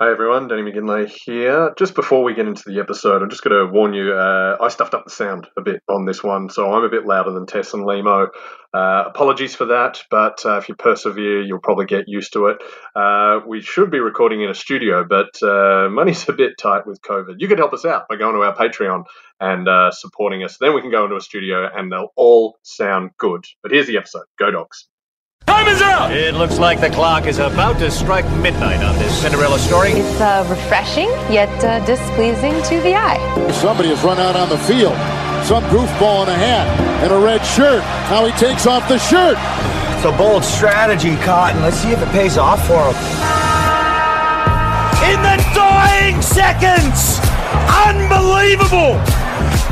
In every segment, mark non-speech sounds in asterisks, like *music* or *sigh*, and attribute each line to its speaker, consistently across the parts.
Speaker 1: Hey everyone, Danny McGinley here. Just before we get into the episode, I'm just going to warn you, uh, I stuffed up the sound a bit on this one, so I'm a bit louder than Tess and Limo. Uh, apologies for that, but uh, if you persevere, you'll probably get used to it. Uh, we should be recording in a studio, but uh, money's *laughs* a bit tight with COVID. You could help us out by going to our Patreon and uh, supporting us. Then we can go into a studio and they'll all sound good. But here's the episode. Go Dogs.
Speaker 2: Time is up!
Speaker 3: It looks like the clock is about to strike midnight on this Cinderella story.
Speaker 4: It's uh, refreshing yet uh, displeasing to the eye.
Speaker 5: Somebody has run out on the field. Some goofball in a hat and a red shirt. Now he takes off the shirt.
Speaker 3: It's a bold strategy, Cotton. Let's see if it pays off for him.
Speaker 2: In the dying seconds! Unbelievable!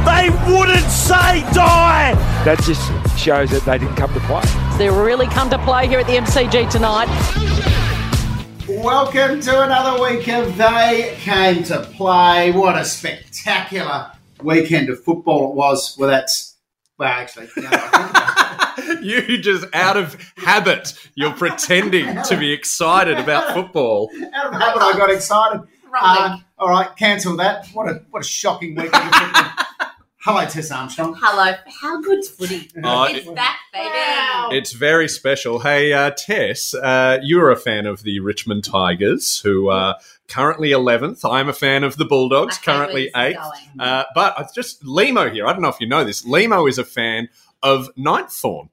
Speaker 2: They wouldn't say die!
Speaker 6: That just shows that they didn't come to play.
Speaker 7: They really come to play here at the MCG tonight.
Speaker 8: Welcome to another week of They Came to Play. What a spectacular weekend of football it was. Well, that's. Well, actually, no, I
Speaker 9: *laughs*
Speaker 10: You just out of habit, you're pretending to be excited about football.
Speaker 8: think out of habit I got excited. Uh, all right, cancel that. What a what a shocking weekend of football. Hello, Tess Armstrong.
Speaker 9: Hello. How good's footy?
Speaker 10: Oh,
Speaker 9: it's back, baby.
Speaker 10: It's very special. Hey, uh, Tess, uh, you're a fan of the Richmond Tigers, who are currently 11th. I'm a fan of the Bulldogs,
Speaker 9: Okay,
Speaker 10: currently
Speaker 9: where's
Speaker 10: 8th.
Speaker 9: this
Speaker 10: Uh, but I just Limo here. I don't know if you know this. Limo is a fan of Ninththorn.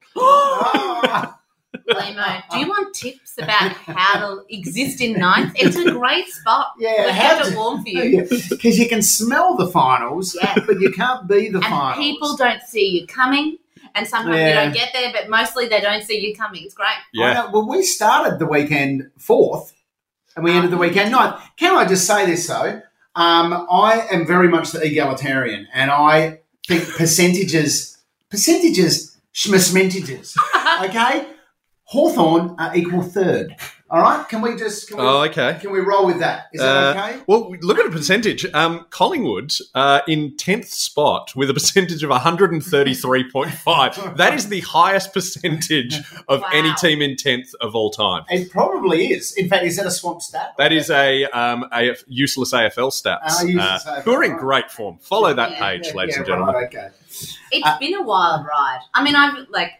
Speaker 8: Ah,
Speaker 9: Limo, do you want tips about how to exist in ninth? It's a great spot.
Speaker 8: Yeah,
Speaker 9: we
Speaker 8: how
Speaker 9: have
Speaker 8: to-
Speaker 9: it warm
Speaker 8: *laughs*
Speaker 9: for you.
Speaker 8: Because you can smell the finals, but you can't be the
Speaker 9: And
Speaker 8: finals.
Speaker 9: people don't see you coming, and sometimes
Speaker 8: Yeah.
Speaker 9: you don't get there, but mostly they don't see you coming. It's great.
Speaker 8: I
Speaker 10: Yeah.
Speaker 8: know, well, we started the weekend fourth, and we ended
Speaker 10: Ah.
Speaker 8: the weekend ninth. Can I just say this though? Um, I am very much the egalitarian, and I think percentages, percentages,
Speaker 10: *laughs*
Speaker 8: schmismentages. Okay, Hawthorn are equal third. All right, can we just can we,
Speaker 10: Oh, okay.
Speaker 8: can we roll with that? Is that
Speaker 10: Uh,
Speaker 8: okay?
Speaker 10: Well, look at the percentage. Um, Collingwood uh, in tenth spot with a percentage of one hundred and thirty-three point five.
Speaker 8: *laughs*
Speaker 10: That is the highest percentage of any
Speaker 9: Wow.
Speaker 10: team in tenth of all time.
Speaker 8: It probably is. In fact, is that a swamp stat?
Speaker 10: That is a, um, a useless AFL stats.
Speaker 8: Ah, useless AFL,
Speaker 10: who are in
Speaker 8: right.
Speaker 10: great form. Follow that
Speaker 9: Yeah,
Speaker 10: page,
Speaker 8: Yeah,
Speaker 10: ladies
Speaker 8: yeah,
Speaker 10: and gentlemen.
Speaker 8: Right, okay.
Speaker 9: It's
Speaker 8: Uh,
Speaker 9: been a wild ride. I mean, I've like,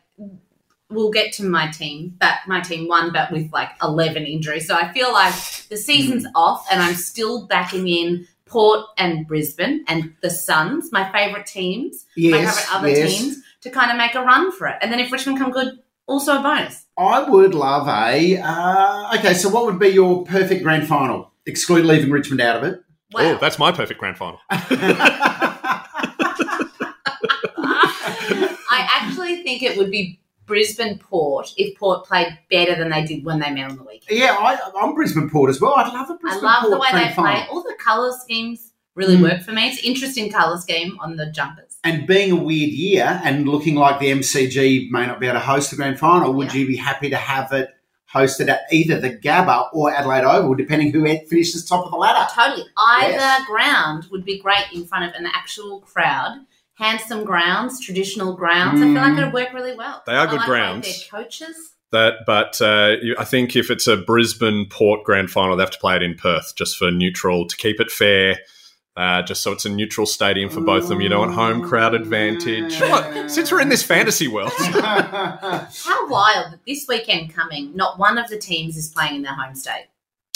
Speaker 9: we'll get to my team, but my team won, but with like 11 injuries. So I feel like the season's
Speaker 8: Hmm.
Speaker 9: off and I'm still backing in Port and Brisbane and the Suns, my favourite teams, my
Speaker 8: Yes,
Speaker 9: favourite other
Speaker 8: yes.
Speaker 9: teams, to kind of make a run for it. And then if Richmond come good, also a bonus.
Speaker 8: I would love a. Uh, okay, so what would be your perfect grand final? Exclude leaving Richmond out of it.
Speaker 9: Wow.
Speaker 10: Oh, that's my perfect grand
Speaker 8: *laughs*
Speaker 10: final.
Speaker 9: I actually think it would be Brisbane Port if Port played better than they did when they met on the weekend.
Speaker 8: yeah, I, I'm Brisbane Port as well. I'd love a
Speaker 9: I
Speaker 8: Brisbane
Speaker 9: love
Speaker 8: Port
Speaker 9: the way
Speaker 8: grand
Speaker 9: they
Speaker 8: final.
Speaker 9: play. All the colour schemes really
Speaker 8: Mm.
Speaker 9: work for me. It's interesting colour scheme on the jumpers.
Speaker 8: And being a weird year and looking like the MCG may not be able to host the grand final, would
Speaker 9: Yeah.
Speaker 8: you be happy to have it hosted at either the Gabba or Adelaide Oval, depending who en- finishes top of the ladder?
Speaker 9: Totally. Either
Speaker 8: Yes.
Speaker 9: ground would be great in front of an actual crowd. Handsome grounds, traditional grounds. I
Speaker 8: Hmm.
Speaker 9: feel like it'd work really well.
Speaker 10: They are
Speaker 9: I
Speaker 10: good
Speaker 9: like
Speaker 10: grounds.
Speaker 9: both Their coaches.
Speaker 10: That, but uh, you- I think if it's a Brisbane Port grand final, they have to play it in Perth just for neutral to keep it fair. Uh, just so it's a neutral stadium for both of them. You don't want home crowd advantage.
Speaker 8: Mm.
Speaker 10: What? Since we're in this fantasy world,
Speaker 8: *laughs*
Speaker 9: How wild that this weekend coming, not one of the teams is playing in their home state.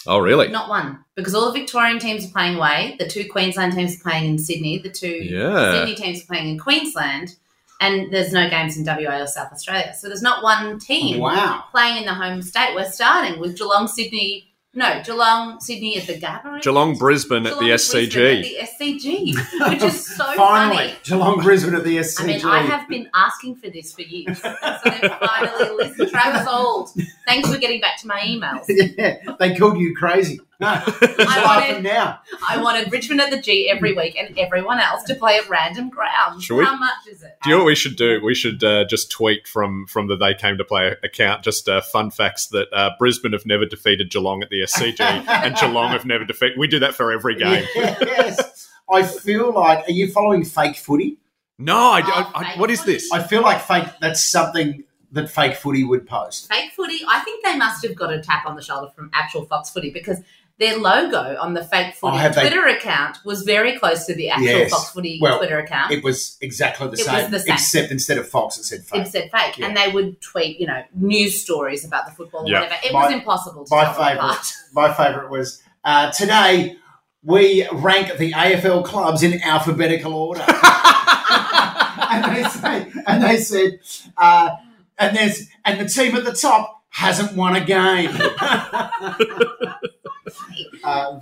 Speaker 10: oh really?
Speaker 9: Not one. Because all the Victorian teams are playing away, the two Queensland teams are playing in Sydney, the two
Speaker 10: Yeah.
Speaker 9: Sydney teams are playing in Queensland, and there's no games in WA or South Australia. So there's not one team.
Speaker 8: wow.
Speaker 9: playing in the home state. We're starting with Geelong, Sydney. No, Geelong, Sydney at the Gabba.
Speaker 10: Geelong Brisbane at the
Speaker 9: Geelong,
Speaker 10: SCG.
Speaker 9: Brisbane at the SCG, which
Speaker 8: *laughs*
Speaker 9: is so
Speaker 8: Finally,
Speaker 9: funny.
Speaker 8: Geelong Brisbane at the SCG.
Speaker 9: I mean, I have been asking for this for years. So they finally listened. Travis Old, thanks for getting back to my emails.
Speaker 8: *laughs* yeah, they called you crazy. No,
Speaker 9: *laughs*
Speaker 8: I
Speaker 9: wanted-
Speaker 8: now.
Speaker 9: I wanted Richmond at the G every week and everyone else to play at random grounds.
Speaker 10: Should we-
Speaker 9: How much is it?
Speaker 10: Do you know what we should do? We should uh, just tweet from from the They Came to Play account just uh, fun facts that uh, Brisbane have never defeated Geelong at the SCG and Geelong have never defeated. We do that for every game.
Speaker 8: Yes. I feel like. Are you following fake footy?
Speaker 10: No, I, don't-
Speaker 9: Oh,
Speaker 10: I-
Speaker 9: fake
Speaker 10: what is
Speaker 9: footy.
Speaker 10: this?
Speaker 8: I feel like fake. That's something that fake footy would post.
Speaker 9: Fake footy, I think they must have got a tap on the shoulder from actual Fox footy because their logo on the fake footy
Speaker 8: Oh, have they-
Speaker 9: Twitter account was very close to the actual
Speaker 8: Yes.
Speaker 9: Fox Footy
Speaker 8: Well,
Speaker 9: Twitter account.
Speaker 8: It was exactly the,
Speaker 9: It was
Speaker 8: same,
Speaker 9: the same.
Speaker 8: except instead of Fox, it said
Speaker 9: It
Speaker 8: fake.
Speaker 9: said fake, and they would tweet, you know, news stories about the football or
Speaker 10: Yeah.
Speaker 9: whatever. It
Speaker 8: My-
Speaker 9: was impossible to
Speaker 8: my
Speaker 9: tell them apart. *laughs*
Speaker 8: favourite. My favourite was uh, today we rank the AFL clubs in alphabetical
Speaker 9: *laughs*
Speaker 8: order. *laughs* and they say, and they said, uh, and there's and the team at the top hasn't won a
Speaker 9: *laughs*
Speaker 8: game. *laughs* uh,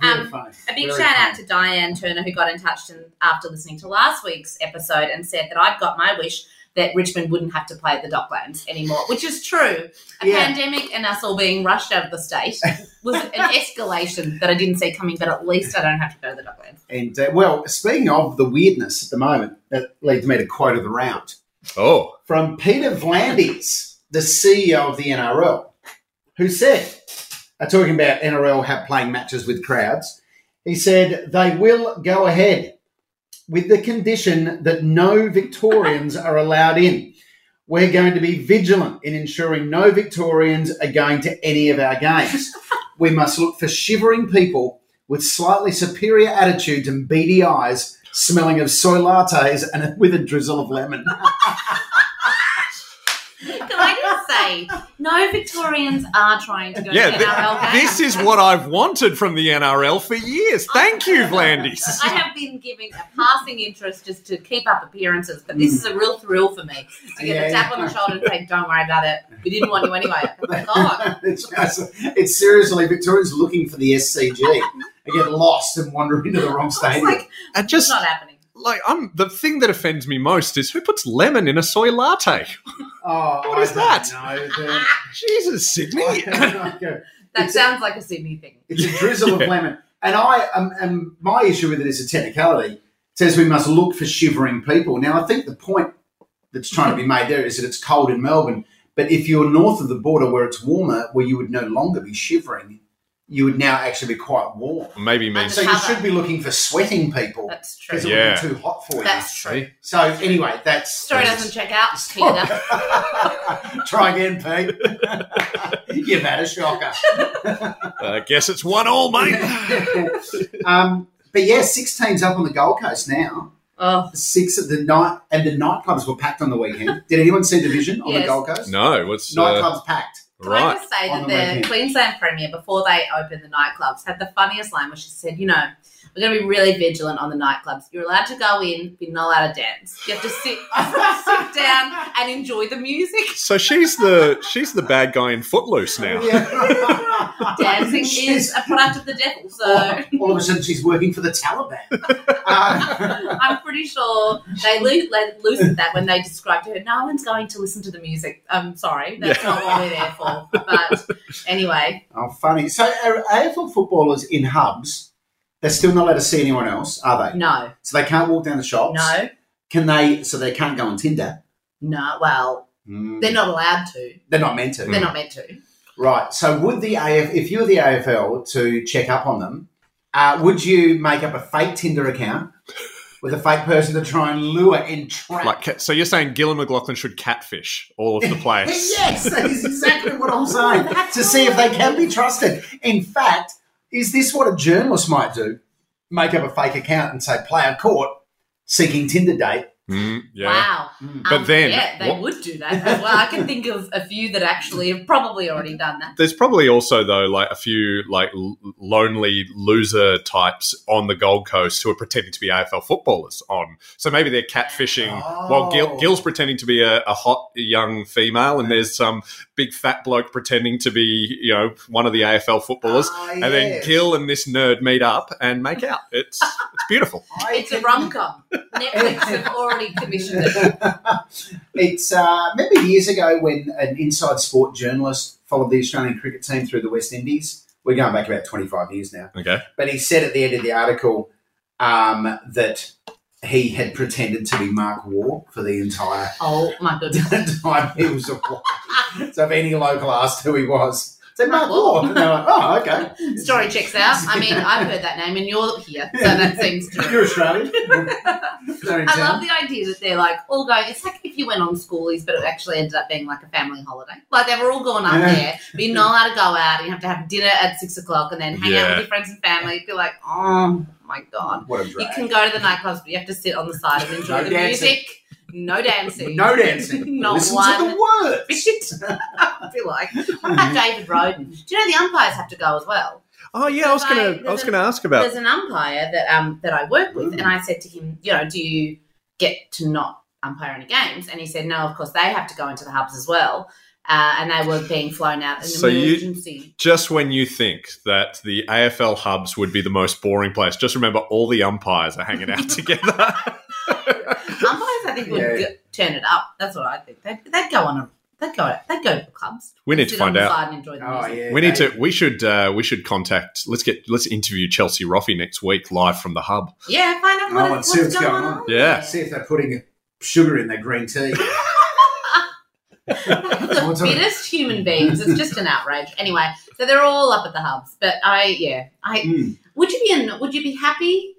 Speaker 8: very
Speaker 9: Um,
Speaker 8: funny.
Speaker 9: A big
Speaker 8: Very
Speaker 9: shout out
Speaker 8: funny.
Speaker 9: to Diane Turner who got in touch and after listening to last week's episode and said that I'd got my wish that Richmond wouldn't have to play at the Docklands anymore, which is true. A
Speaker 8: Yeah.
Speaker 9: pandemic and us all being rushed out of the state was
Speaker 10: *laughs*
Speaker 9: an escalation that I didn't see coming, but at least I don't have to go to the Docklands.
Speaker 8: And uh, well, speaking of the weirdness at the moment, that leads me to quote of the round.
Speaker 10: Oh,
Speaker 8: from Peter Vlandis, the CEO of the NRL, who said, uh, talking about NRL ha- playing matches with crowds, he said, they will go ahead with the condition that no Victorians are allowed in. We're going to be vigilant in ensuring no Victorians are going to any of our games. we must look for shivering people with slightly superior attitudes and beady eyes, smelling of soy lattes and *laughs* with a drizzle of lemon. *laughs*
Speaker 9: Can I just say, no Victorians are trying to go
Speaker 10: yeah.
Speaker 9: to
Speaker 10: th-
Speaker 9: NRL games.
Speaker 10: this is what I've wanted from the NRL for years. Thank you, Vlandis.
Speaker 9: I have been giving a passing interest just to keep up appearances, but this is a real thrill for me to get
Speaker 8: Mm. Yeah,
Speaker 9: a tap on the
Speaker 8: yeah.
Speaker 9: shoulder and say, "Don't worry about it. We didn't want
Speaker 8: *laughs*
Speaker 9: you anyway." Oh my God.
Speaker 8: it's, it's- it's seriously Victoria's looking for the SCG. They get lost and wander into the wrong
Speaker 9: It's
Speaker 8: stadium.
Speaker 9: like
Speaker 10: And
Speaker 9: it's
Speaker 10: just
Speaker 9: not happening.
Speaker 10: like I'm the thing that offends me most is who puts lemon in a soy latte.
Speaker 8: oh,
Speaker 10: what
Speaker 8: I
Speaker 10: is
Speaker 8: don't
Speaker 10: that? *laughs*
Speaker 8: know.
Speaker 10: Jesus, Sydney.
Speaker 8: The- *laughs* I don't know.
Speaker 9: That
Speaker 8: It's a-
Speaker 9: sounds like a Sydney thing.
Speaker 8: It's a drizzle of lemon. And I um, um, my issue with it is a technicality. It says we must look for shivering people. Now, I think the point that's trying to be made there is that it's cold in Melbourne, but if you're north of the border where it's warmer, where you would no longer be shivering, you would now actually be quite warm.
Speaker 10: *laughs* Maybe means
Speaker 8: So you should be looking for sweating people.
Speaker 9: That's true.
Speaker 8: because it
Speaker 10: Yeah.
Speaker 8: would be too hot for
Speaker 9: That's
Speaker 8: you.
Speaker 9: true.
Speaker 8: So anyway, that's
Speaker 9: Story doesn't check out. Peter.
Speaker 8: Try again, Pete. *laughs* You've had a shocker.
Speaker 10: I Uh, guess it's one all, mate.
Speaker 9: *laughs*
Speaker 8: um, but yeah, six teams up on the Gold Coast now.
Speaker 9: *laughs* Oh,
Speaker 8: Six at the night, and the nightclubs were packed on the
Speaker 9: *laughs*
Speaker 8: weekend. Did anyone see the vision on
Speaker 9: Yes.
Speaker 8: the Gold Coast?
Speaker 10: no, what's uh,
Speaker 8: Nightclubs packed.
Speaker 9: can I
Speaker 10: right?
Speaker 9: just say
Speaker 8: On the
Speaker 9: that the
Speaker 8: weekend.
Speaker 9: Queensland Premier, before they opened the nightclubs, had the funniest line where she said, "You know." We're going to be really vigilant on the nightclubs. You're allowed to go in, but you're not allowed to dance. You have to sit, *laughs* sit down and enjoy the music.
Speaker 10: So she's the she's the bad guy in Footloose now.
Speaker 8: *laughs* Yeah.
Speaker 10: *laughs*
Speaker 9: dancing is
Speaker 8: She's-
Speaker 9: a product of the devil. So
Speaker 8: all of a sudden, she's working for the
Speaker 9: *laughs*
Speaker 8: Taliban. Uh, *laughs*
Speaker 9: I'm pretty sure they lo- le- loosened that when they described to her, no one's going to listen to the music. I'm sorry, that's not what we're there for. But anyway,
Speaker 8: oh, funny. So, are AFL footballers in hubs? They're still not allowed to see anyone else, are they?
Speaker 9: no,
Speaker 8: So they can't walk down the shops.
Speaker 9: no,
Speaker 8: Can they? So they can't go on Tinder.
Speaker 9: no. Well, they're not allowed to.
Speaker 8: They're not meant to.
Speaker 9: Mm. They're not meant to.
Speaker 8: Right. So would the AF, if you were the AFL to check up on them, uh, would you make up a fake Tinder account with a fake person to try and lure and trap?
Speaker 10: Like, ca- so you're saying Gillan McLaughlin should catfish
Speaker 9: *laughs*
Speaker 10: all of the players?
Speaker 8: *laughs* yes, that is exactly what I'm saying. to see if they can be trusted. In fact, is this what a journalist might do? Make up a fake account and say player caught seeking Tinder date.
Speaker 10: Mm, yeah.
Speaker 9: Wow. Um,
Speaker 10: But then-
Speaker 9: yeah, they
Speaker 10: what-
Speaker 9: would do that as well. I can think of a few that actually have probably already done that.
Speaker 10: There's probably also though like a few like l- lonely loser types on the Gold Coast who are pretending to be AFL footballers on. So maybe they're catfishing while Gil,
Speaker 8: Oh.
Speaker 10: Gil's pretending to be a, a hot young female, and there's some big fat bloke pretending to be you know one of the AFL footballers,
Speaker 8: Ah,
Speaker 10: and then
Speaker 8: yes.
Speaker 10: Gil and this nerd meet up and make out. It's it's
Speaker 8: *laughs*
Speaker 10: beautiful.
Speaker 8: I
Speaker 9: It's a
Speaker 8: think-
Speaker 9: rom com. Netflix have already commissioned it.
Speaker 8: *laughs* it's uh, remember years ago when an inside sport journalist followed the Australian cricket team through the West Indies. We're going back about twenty five years now,
Speaker 10: Okay.
Speaker 8: but he said at the end of the article um, that he had pretended to be Mark War for the entire *laughs*
Speaker 9: Oh my goodness.
Speaker 8: time he was away. so if any local asked who he was, said Mark Law. And they're like, oh, okay.
Speaker 9: Story checks out. I mean, I've heard that name, and you're here, so that seems true.
Speaker 8: You're Australian.
Speaker 9: *laughs* I love the idea that they're like all going. It's like if you went on schoolies, but it actually ended up being like a family holiday. Like they were all going up
Speaker 8: Yeah.
Speaker 9: there, but you're not allowed to go out. You have to have dinner at six o'clock and then hang out
Speaker 10: Yeah.
Speaker 9: with your friends and family. Be like, oh my god,
Speaker 8: What a
Speaker 9: you
Speaker 8: drag.
Speaker 9: can go to the nightclubs, but you have to sit on the side and enjoy
Speaker 8: No
Speaker 9: the
Speaker 8: dancing.
Speaker 9: music. No dancing.
Speaker 8: no dancing.
Speaker 9: *laughs* Not
Speaker 8: Listen
Speaker 9: one.
Speaker 8: to the words.
Speaker 9: *laughs* I feel like what about David Roden? Do you know the umpires have to go as well?
Speaker 10: Mm-hmm. Oh yeah, I was gonna, I was gonna ask about.
Speaker 9: There's an umpire that um that I work with, and I said to him, you know, do you get to not umpire any games? And he said, no, of course they have to go into the hubs as well, uh, and they were being flown out in an
Speaker 10: So you-
Speaker 9: emergency.
Speaker 10: Just when you think that the AFL hubs would be the most boring place, just remember all the umpires are
Speaker 8: *laughs*
Speaker 10: hanging out together.
Speaker 9: umpires, I think, would
Speaker 8: Yeah.
Speaker 9: g- turn it up. That's what I think. They'd, they'd go on a they'd go they'd go to clubs.
Speaker 10: We need
Speaker 9: Sit
Speaker 10: to
Speaker 9: on
Speaker 10: find
Speaker 9: the
Speaker 10: out.
Speaker 9: side and enjoy the
Speaker 8: Oh,
Speaker 9: music.
Speaker 8: yeah.
Speaker 10: We need
Speaker 8: they-
Speaker 10: to. We should. Uh, we should contact. Let's get. Let's interview Chelsea Roffey next week live from the hub.
Speaker 9: Yeah, find out
Speaker 8: Oh,
Speaker 9: what,
Speaker 8: and
Speaker 9: what's,
Speaker 8: see what's
Speaker 9: going
Speaker 8: going
Speaker 9: on.
Speaker 8: on.
Speaker 10: Yeah.
Speaker 8: See if they're putting sugar in their green
Speaker 9: *laughs*
Speaker 8: tea.
Speaker 9: the fittest human beings. It's just an outrage. Anyway, so they're all up at the hubs. But I, yeah, I
Speaker 8: Mm.
Speaker 9: would you be an, would you be happy?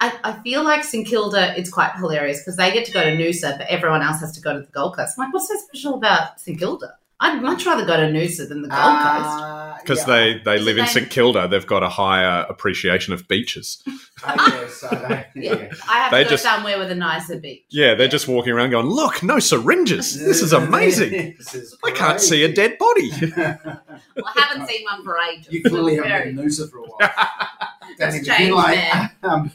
Speaker 9: I, I feel like St Kilda. It's quite hilarious because they get to go to Noosa, but everyone else has to go to the Gold Coast. I'm like, what's so special about St Kilda? I'd much rather go to Noosa than the Gold Coast.
Speaker 8: Uh,
Speaker 10: because
Speaker 8: yeah.
Speaker 10: they, they live in
Speaker 9: They-
Speaker 10: St Kilda. They've got a higher appreciation of beaches.
Speaker 8: I guess, so eh? they-
Speaker 9: *laughs* Yeah. I have
Speaker 10: They
Speaker 9: to go
Speaker 10: just-
Speaker 9: somewhere with a nicer beach.
Speaker 10: Yeah, they're just walking around going, "Look, no syringes. This is amazing.
Speaker 8: *laughs* This is
Speaker 10: I can't
Speaker 8: great.
Speaker 10: see a dead body."
Speaker 9: Well, I
Speaker 8: *laughs*
Speaker 9: haven't seen one for ages.
Speaker 8: You clearly
Speaker 9: It's
Speaker 8: haven't
Speaker 9: very-
Speaker 8: been in Noosa for a while. That's even
Speaker 9: *laughs* It's
Speaker 8: been
Speaker 9: changed
Speaker 8: like,
Speaker 9: there.
Speaker 8: um,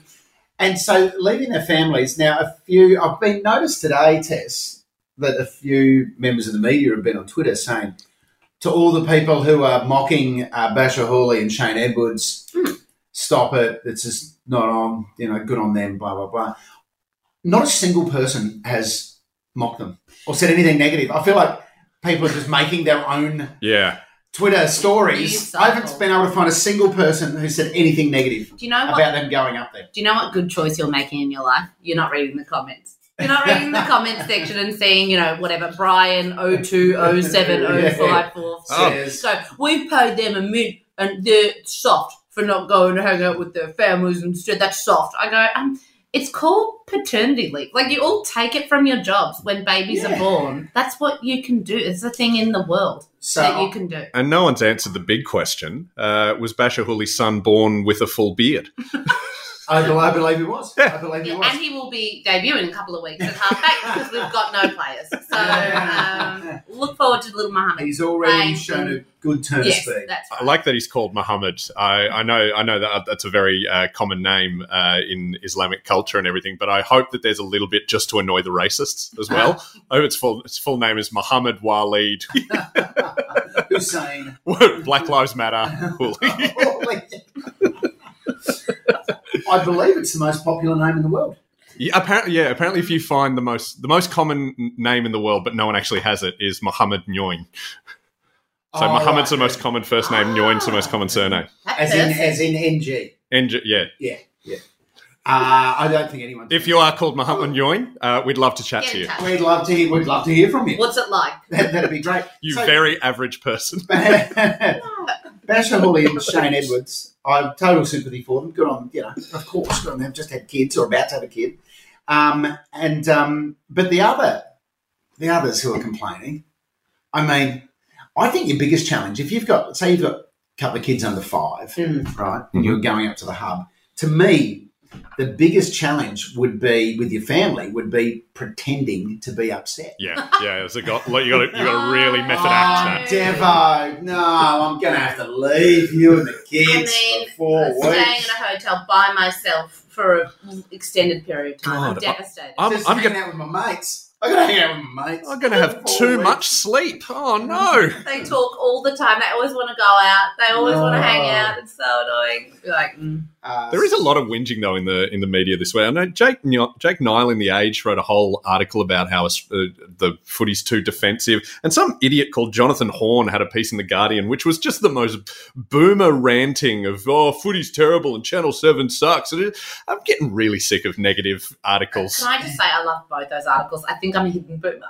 Speaker 8: and so leaving their families now. A few I've been noticed today, Tess, that a few members of the media have been on Twitter saying to all the people who are mocking uh, Basher Hawley and Shane Edwards,
Speaker 9: Hmm.
Speaker 8: stop it. It's just not on. You know, good on them. Blah blah blah. Not a single person has mocked them or said anything negative. I feel like people are just making their own
Speaker 10: yeah,
Speaker 8: Twitter
Speaker 9: News
Speaker 8: stories,
Speaker 9: cycle.
Speaker 8: I haven't been able to find a single person who said anything negative
Speaker 9: Do you know
Speaker 8: about
Speaker 9: what?
Speaker 8: them going up there.
Speaker 9: Do you know what good choice you're making in your life? You're not reading the comments. You're not
Speaker 8: *laughs*
Speaker 9: reading the comment section and seeing, you know, whatever Brian 0207
Speaker 8: *laughs*
Speaker 9: 054
Speaker 10: Oh.
Speaker 8: Oh, Says,
Speaker 9: So we paid them a mint and they're soft for not going to hang out with their families instead. That's soft. I go, um, it's called paternity leave. Like you all take it from your jobs when babies
Speaker 8: Yeah.
Speaker 9: are born. That's what you can do. It's a thing in the world
Speaker 8: So-
Speaker 9: that you can do.
Speaker 10: and no one's answered the big question: uh, Was Basher Hulley's son born with a full beard?
Speaker 8: I, bel- I believe he was. I believe he
Speaker 9: Yeah,
Speaker 8: was.
Speaker 9: and he will be debuting in a couple of weeks at halfback because we've got no
Speaker 8: *laughs*
Speaker 9: players. So
Speaker 8: Yeah.
Speaker 9: um, look forward to little Mohammed.
Speaker 8: He's already
Speaker 9: Right.
Speaker 8: shown a good turn
Speaker 9: yes,
Speaker 8: of speed.
Speaker 9: that's
Speaker 10: I
Speaker 9: right.
Speaker 10: like that he's called Muhammad. I, I know, I know that that's a very uh, common name uh, in Islamic culture and everything. But I hope that there's a little bit just to annoy the racists as well. oh, its full its full name is Muhammad Waleed.
Speaker 8: Hussein.
Speaker 10: Black Lives Matter. *laughs* Hooley.
Speaker 8: I believe it's the most popular name in the world.
Speaker 10: Yeah, apparently, yeah. Apparently, if you find the most the most common n- name in the world, but no one actually has it, is Muhammad Nguyen. So
Speaker 8: Oh,
Speaker 10: Muhammad's Uh, the
Speaker 8: right.
Speaker 10: most common first name. Nguyen's the most common surname.
Speaker 9: That
Speaker 8: As in,
Speaker 9: person-
Speaker 8: as in NG.
Speaker 10: And yeah,
Speaker 8: Yeah, yeah. Uh, I don't think anyone.
Speaker 10: if you are called Muhammad Nguyen, uh, we'd love to chat
Speaker 9: Get
Speaker 10: to
Speaker 9: in
Speaker 10: you.
Speaker 9: touch.
Speaker 8: we'd love to hear, we'd love to hear from you.
Speaker 9: What's it like?
Speaker 8: That, that'd be great.
Speaker 10: You
Speaker 8: So-
Speaker 10: very average person.
Speaker 8: *laughs* Basher Hawley and Shane Edwards, I have total sympathy for them. Good on, you know, of course, good on them. Just had kids or about to have a kid. Um, and um, but the other, the others who are complaining, I mean, I think your biggest challenge, if you've got, say, you've got a couple of kids under five, right, and you're going up to the hub. To me, the biggest challenge would be with your family would be pretending to be upset.
Speaker 10: *laughs* Yeah, yeah. It's a got, like, you got to you got to really method act that.
Speaker 8: Ah, Devo, no, I'm going to have to leave you and the kids
Speaker 9: I mean,
Speaker 8: for four
Speaker 9: Staying
Speaker 8: weeks.
Speaker 9: uh, in a hotel by myself for an extended period of time. I'm
Speaker 10: God, I-
Speaker 9: devastated.
Speaker 10: I'm,
Speaker 8: Just
Speaker 10: I'm
Speaker 8: hanging
Speaker 10: gonna
Speaker 8: out with my mates. I gotta hang out with my mates.
Speaker 10: I'm gonna have too much sleep. Oh no.
Speaker 9: they talk all the time. They always want to go out. They always want to hang out. It's so annoying. You're like, mm.
Speaker 8: Uh,
Speaker 10: There is a lot of whinging though in the in the media this way. I know Jake Ni- Jake Nile in the Age wrote a whole article about how us- uh, the footy's too defensive, and some idiot called Jonathan Horn had a piece in the Guardian, which was just the most boomer ranting of "Oh, footy's terrible" and Channel Seven sucks. And it- I'm getting really sick of negative articles.
Speaker 9: can I just say I love both those articles. I think think I'm a hidden boomer.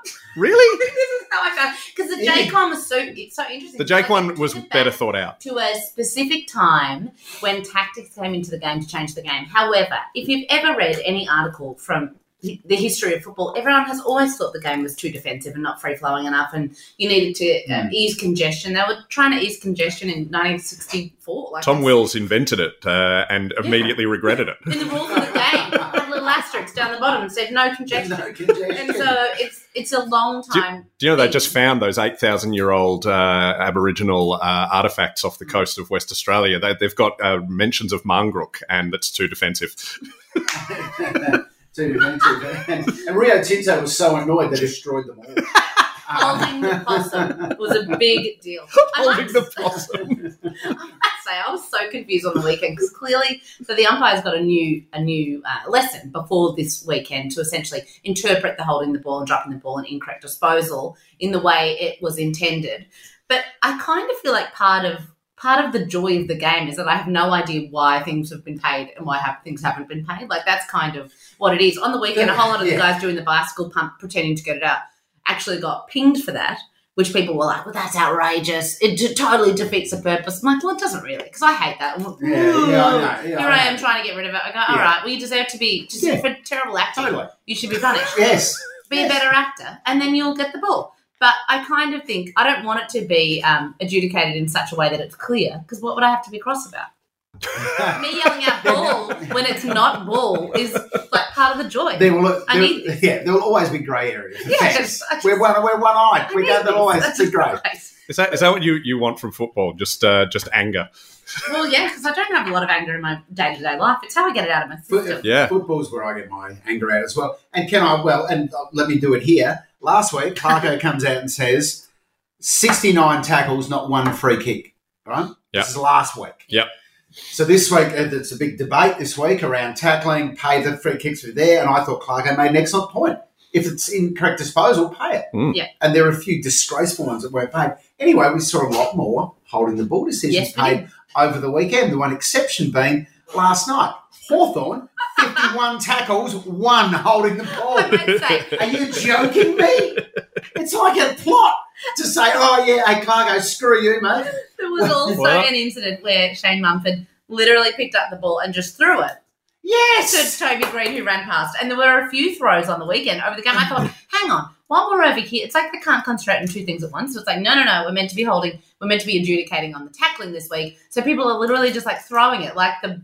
Speaker 9: *laughs*
Speaker 10: Really?
Speaker 9: this is how I found because the Jake one was so it's so interesting.
Speaker 10: The Jake
Speaker 9: because I
Speaker 10: one was
Speaker 9: took it
Speaker 10: better
Speaker 9: back
Speaker 10: thought out.
Speaker 9: To a specific time when tactics came into the game to change the game. However, if you've ever read any article from hi- the history of football, everyone has always thought the game was too defensive and not free flowing enough, and you needed to
Speaker 10: Mm.
Speaker 9: um, ease congestion. They were trying to ease congestion in 1964. Like
Speaker 10: Tom
Speaker 9: it's-
Speaker 10: Wills invented it uh, and immediately regretted it.
Speaker 9: in the rules of the game
Speaker 10: *laughs*
Speaker 9: had little asterisks down the bottom and said no *laughs* congestion.
Speaker 8: No
Speaker 9: And
Speaker 8: congestion.
Speaker 9: so it's it's a long
Speaker 10: Do,
Speaker 9: time.
Speaker 10: do you know they
Speaker 9: thing.
Speaker 10: just found those 8,000 year old uh, Aboriginal uh, artifacts off the
Speaker 8: Mm.
Speaker 10: coast of West Australia? They, they've got uh, mentions of Mangrook, and that's too defensive.
Speaker 8: Too defensive. And, and Rio Tinto was so annoyed they destroyed them all.
Speaker 9: *laughs* Holding the possum was a big deal. I
Speaker 10: *laughs* Holding
Speaker 9: must-
Speaker 10: the possum.
Speaker 9: *laughs* I say I was so confused on the weekend because clearly, so the umpire's got a new a new uh, lesson before this weekend to essentially interpret the holding the ball and dropping the ball and incorrect disposal in the way it was intended. But I kind of feel like part of part of the joy of the game is that I have no idea why things have been paid and why ha- things haven't been paid. Like that's kind of what it is. On the weekend, a whole lot of
Speaker 8: Yeah.
Speaker 9: the guys doing the bicycle pump, pretending to get it out, actually got pinged for that which people were like, well, that's outrageous. It t- totally defeats the purpose. I'm like, well, it doesn't really, because I hate that. I'm like,
Speaker 8: Yeah, yeah, I know, yeah,
Speaker 9: Here
Speaker 8: I
Speaker 9: I, am
Speaker 8: know.
Speaker 9: trying to get rid of it. I go, all
Speaker 8: Yeah.
Speaker 9: right, well, you deserve to be, just
Speaker 8: Yeah.
Speaker 9: for terrible acting,
Speaker 8: Totally.
Speaker 9: you should be punished.
Speaker 8: Yes.
Speaker 9: Be a better actor, and then you'll get the ball. But I kind of think I don't want it to be um, adjudicated in such a way that it's clear, because what would I have to be cross about?
Speaker 8: *laughs*
Speaker 9: Me yelling out ball when it's not ball is like part of the joy.
Speaker 8: There will,
Speaker 9: I
Speaker 8: there,
Speaker 9: need this.
Speaker 8: yeah, there will always be grey areas.
Speaker 9: Yeah,
Speaker 8: Facts.
Speaker 9: it's- I just-
Speaker 8: we're one, we're one eyed.
Speaker 9: I
Speaker 8: We
Speaker 9: need
Speaker 8: don't
Speaker 9: this.
Speaker 8: there'll always
Speaker 9: That's
Speaker 8: be
Speaker 9: just
Speaker 8: grey.
Speaker 9: great.
Speaker 10: Is that, is that what you, you want from football? Just uh, just anger.
Speaker 9: Well, yeah, because I don't have a lot of anger in my day to day life. It's how I get it out of my
Speaker 8: Foot-
Speaker 9: system.
Speaker 10: Yeah.
Speaker 8: Football's where I get my anger out as well. And can I, well, and uh, let me do it here. Last week, Clarko
Speaker 9: *laughs*
Speaker 8: comes out and says 69 tackles, not one free kick. Right?
Speaker 10: Yeah.
Speaker 8: This is last week.
Speaker 10: Yep.
Speaker 8: So this week, uh, it's a big debate this week around tackling, pay the free kicks were there. And I thought Clarko made an excellent point. If it's incorrect disposal, pay it.
Speaker 10: Mm.
Speaker 9: Yeah.
Speaker 8: And there are a few disgraceful ones that weren't paid. Anyway, we saw a lot more holding the ball decisions
Speaker 9: Yes, we
Speaker 8: paid over the weekend. The one exception being last night. Hawthorn, 51 *laughs* tackles, one holding the ball.
Speaker 9: Let's say,
Speaker 8: Are you joking me? It's like a plot to say, oh, yeah, hey, Cargo, screw you, mate.
Speaker 9: there was also
Speaker 10: Well-
Speaker 9: an incident where Shane Mumford literally picked up the ball and just threw it to
Speaker 8: Yes!
Speaker 9: Toby Green, who ran past. And there were a few throws on the weekend over the game. I
Speaker 8: *laughs*
Speaker 9: thought, hang on, while we're over here, it's like they can't concentrate on two things at once. So it's like, no, no, no, we're meant to be holding, we're meant to be adjudicating on the tackling this week. So people are literally just like throwing it, like the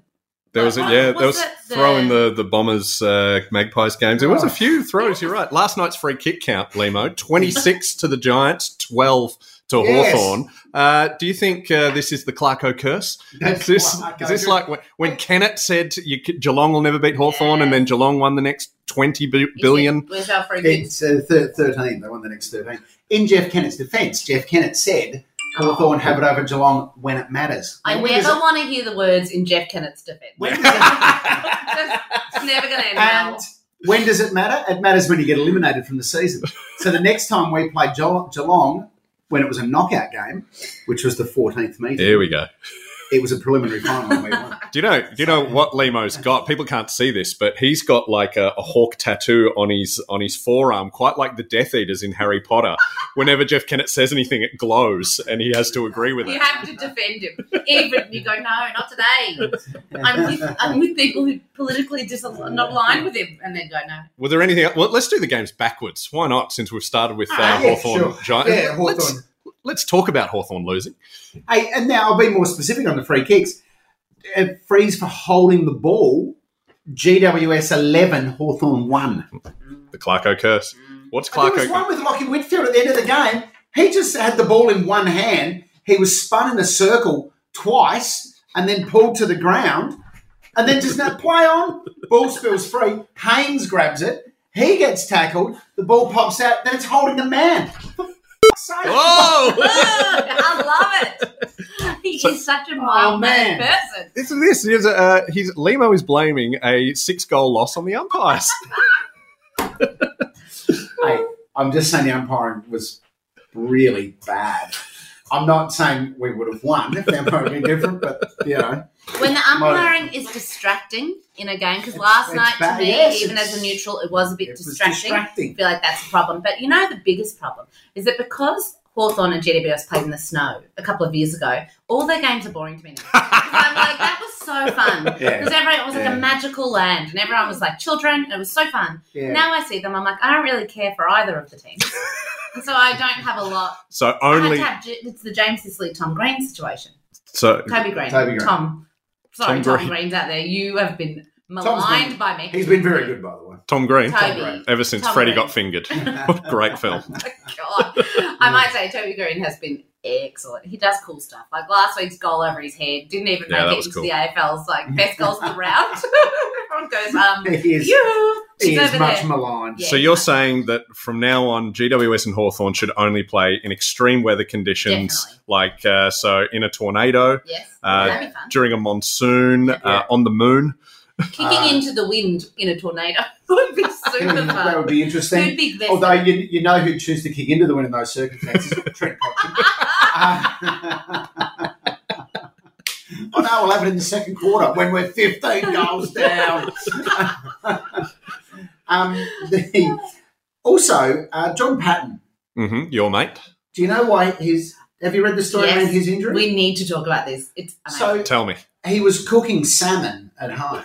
Speaker 10: There was a,
Speaker 9: What-
Speaker 10: yeah,
Speaker 9: what
Speaker 10: there
Speaker 9: was
Speaker 10: was
Speaker 9: it? The-
Speaker 10: throwing the the Bombers uh, Magpies games. There was a few throws. You're right. Last night's free kick count, Limo, twenty six to the Giants, twelve to
Speaker 8: Yes.
Speaker 10: Hawthorn. Uh, do you think uh, this is the Clarko curse?
Speaker 8: That's
Speaker 10: Is this
Speaker 8: Clarko
Speaker 10: is this
Speaker 8: curse.
Speaker 10: like when, when Kennett said you, could- Geelong will never beat Hawthorn, and then Geelong won the next twenty bi- billion?
Speaker 9: Where's our free kick?
Speaker 8: It's uh, thir- 13. They won the next 13. In Jeff Kennett's defence, Jeff Kennett said, Hawthorn have it over Geelong when it matters.
Speaker 9: I
Speaker 8: Now, when does
Speaker 9: never
Speaker 8: it-
Speaker 9: want to hear the words in Jeff Kennett's defense.
Speaker 8: when does it-
Speaker 9: *laughs* it's
Speaker 8: *laughs*
Speaker 9: never going to end
Speaker 8: And
Speaker 9: well.
Speaker 8: when does it matter? It matters when you get eliminated from the season. So the next time we played Geelong, Geelong when it was a knockout game, which was the 14th meeting,
Speaker 10: There we go.
Speaker 8: it was a preliminary final and we won.
Speaker 10: Do you know? Do you know what Limo's got? People can't see this, but he's got like a, a hawk tattoo on his on his forearm, quite like the Death Eaters in Harry Potter. Whenever Jeff Kennett says anything, it glows, and he has to agree with
Speaker 9: You
Speaker 10: it.
Speaker 9: have to defend him. Even you go, no, not today. I'm with I'm with people who politically dis- are not aligned with him, and then go, no. *laughs*
Speaker 10: Was there anything? Well, let's do the games backwards. Why not? Since we've started with uh,
Speaker 8: Ah, yeah,
Speaker 10: Hawthorne
Speaker 8: sure.
Speaker 10: Giant,
Speaker 8: Yeah,
Speaker 10: Let's, let's talk about Hawthorne losing.
Speaker 8: Hey, and now I'll be more specific on the free kicks. Uh, freeze for holding the ball. GWS 11, Hawthorn 1.
Speaker 10: The Clarko curse. What's
Speaker 8: There was
Speaker 10: Clarko?
Speaker 8: one with Lockie Whitfield at the end of the game. He just had the ball in one hand. He was spun in a circle twice and then pulled to the ground. And then just now play on. Ball spills free. Haynes grabs it. He gets tackled. The ball pops out. Then it's holding the man. For fuck's sake.
Speaker 10: Oh,
Speaker 9: I love it. He is such a mild mannered
Speaker 8: man.
Speaker 9: person.
Speaker 10: this is this. He's, uh, he's Limo is blaming a six goal loss on the umpires.
Speaker 8: Hey, I'm just saying the umpiring was really bad. I'm not saying we would have won if the umpiring had been different, but you know,
Speaker 9: When the umpiring is distracting in a game, because last
Speaker 8: it's
Speaker 9: night
Speaker 8: bad.
Speaker 9: to me,
Speaker 8: Yes,
Speaker 9: even as a
Speaker 8: it's-
Speaker 9: neutral, it was a bit
Speaker 8: it was
Speaker 9: distracting.
Speaker 8: distracting.
Speaker 9: I feel like that's a problem. But you know, the biggest problem is that because Hawthorn and GWS played in the snow a couple of years ago, all their games are boring to me now. 'Cause I'm like, that was
Speaker 8: *laughs*
Speaker 9: so fun. Because
Speaker 8: Yeah.
Speaker 9: everyone it was like
Speaker 8: Yeah.
Speaker 9: a magical land and everyone was like children. and It was so fun.
Speaker 8: Yeah.
Speaker 9: Now I see them, I'm like, I don't really care for either of
Speaker 8: *laughs*
Speaker 9: the teams. and so I don't have a lot.
Speaker 10: So
Speaker 9: I
Speaker 10: only
Speaker 9: had to have, it's the James Sicily Tom Green situation.
Speaker 10: so
Speaker 9: Toby Green.
Speaker 8: Toby Green.
Speaker 9: Tom. Sorry,
Speaker 10: Tom
Speaker 9: Tom,
Speaker 10: Green.
Speaker 9: Green's out there. You have been
Speaker 8: been-
Speaker 9: maligned by me.
Speaker 8: He's been very good, by the way.
Speaker 10: Tom Green.
Speaker 9: Toby.
Speaker 10: Ever since
Speaker 9: Tom
Speaker 10: Freddie
Speaker 9: Green. *laughs* Oh,
Speaker 10: got fingered. Great film.
Speaker 9: God. I might say Toby Green has been excellent. He does cool stuff. Like last week's goal over his head didn't even
Speaker 10: Yeah, that
Speaker 9: make it
Speaker 10: was
Speaker 9: into
Speaker 10: cool.
Speaker 9: the
Speaker 8: *laughs*
Speaker 9: AFL's like best goals of the round. *laughs* Everyone goes, um,
Speaker 8: He is,
Speaker 9: you.
Speaker 8: he
Speaker 9: She's
Speaker 8: is
Speaker 9: over
Speaker 8: much
Speaker 9: there.
Speaker 8: maligned.
Speaker 9: Yeah.
Speaker 10: So you're saying that from now on, GWS and Hawthorn should only play in extreme weather conditions,
Speaker 9: Definitely.
Speaker 10: like uh, so in a tornado,
Speaker 9: Yes,
Speaker 10: Uh,
Speaker 9: that'd be fun.
Speaker 10: during a monsoon,
Speaker 8: Yeah.
Speaker 10: uh, on the moon.
Speaker 9: Kicking
Speaker 10: uh,
Speaker 9: into the wind in a tornado *laughs*
Speaker 8: *laughs*
Speaker 9: would be super
Speaker 8: that would
Speaker 9: fun.
Speaker 8: be interesting.
Speaker 9: Good big vessel.
Speaker 8: Although you, you know who'd choose to kick into the wind in those circumstances, *laughs* Trent Cotton. Uh, *laughs* oh no, we'll have it in the second quarter when we're 15 goals *laughs* down. um, the, also, uh, John Patton.
Speaker 10: hmm Your mate.
Speaker 8: Do you know why his? Have you read the story
Speaker 9: Yes.
Speaker 8: around his injury?
Speaker 9: We need to talk about this. It's amazing.
Speaker 8: so
Speaker 10: Tell me.
Speaker 8: he was cooking salmon at
Speaker 9: *laughs*
Speaker 8: home,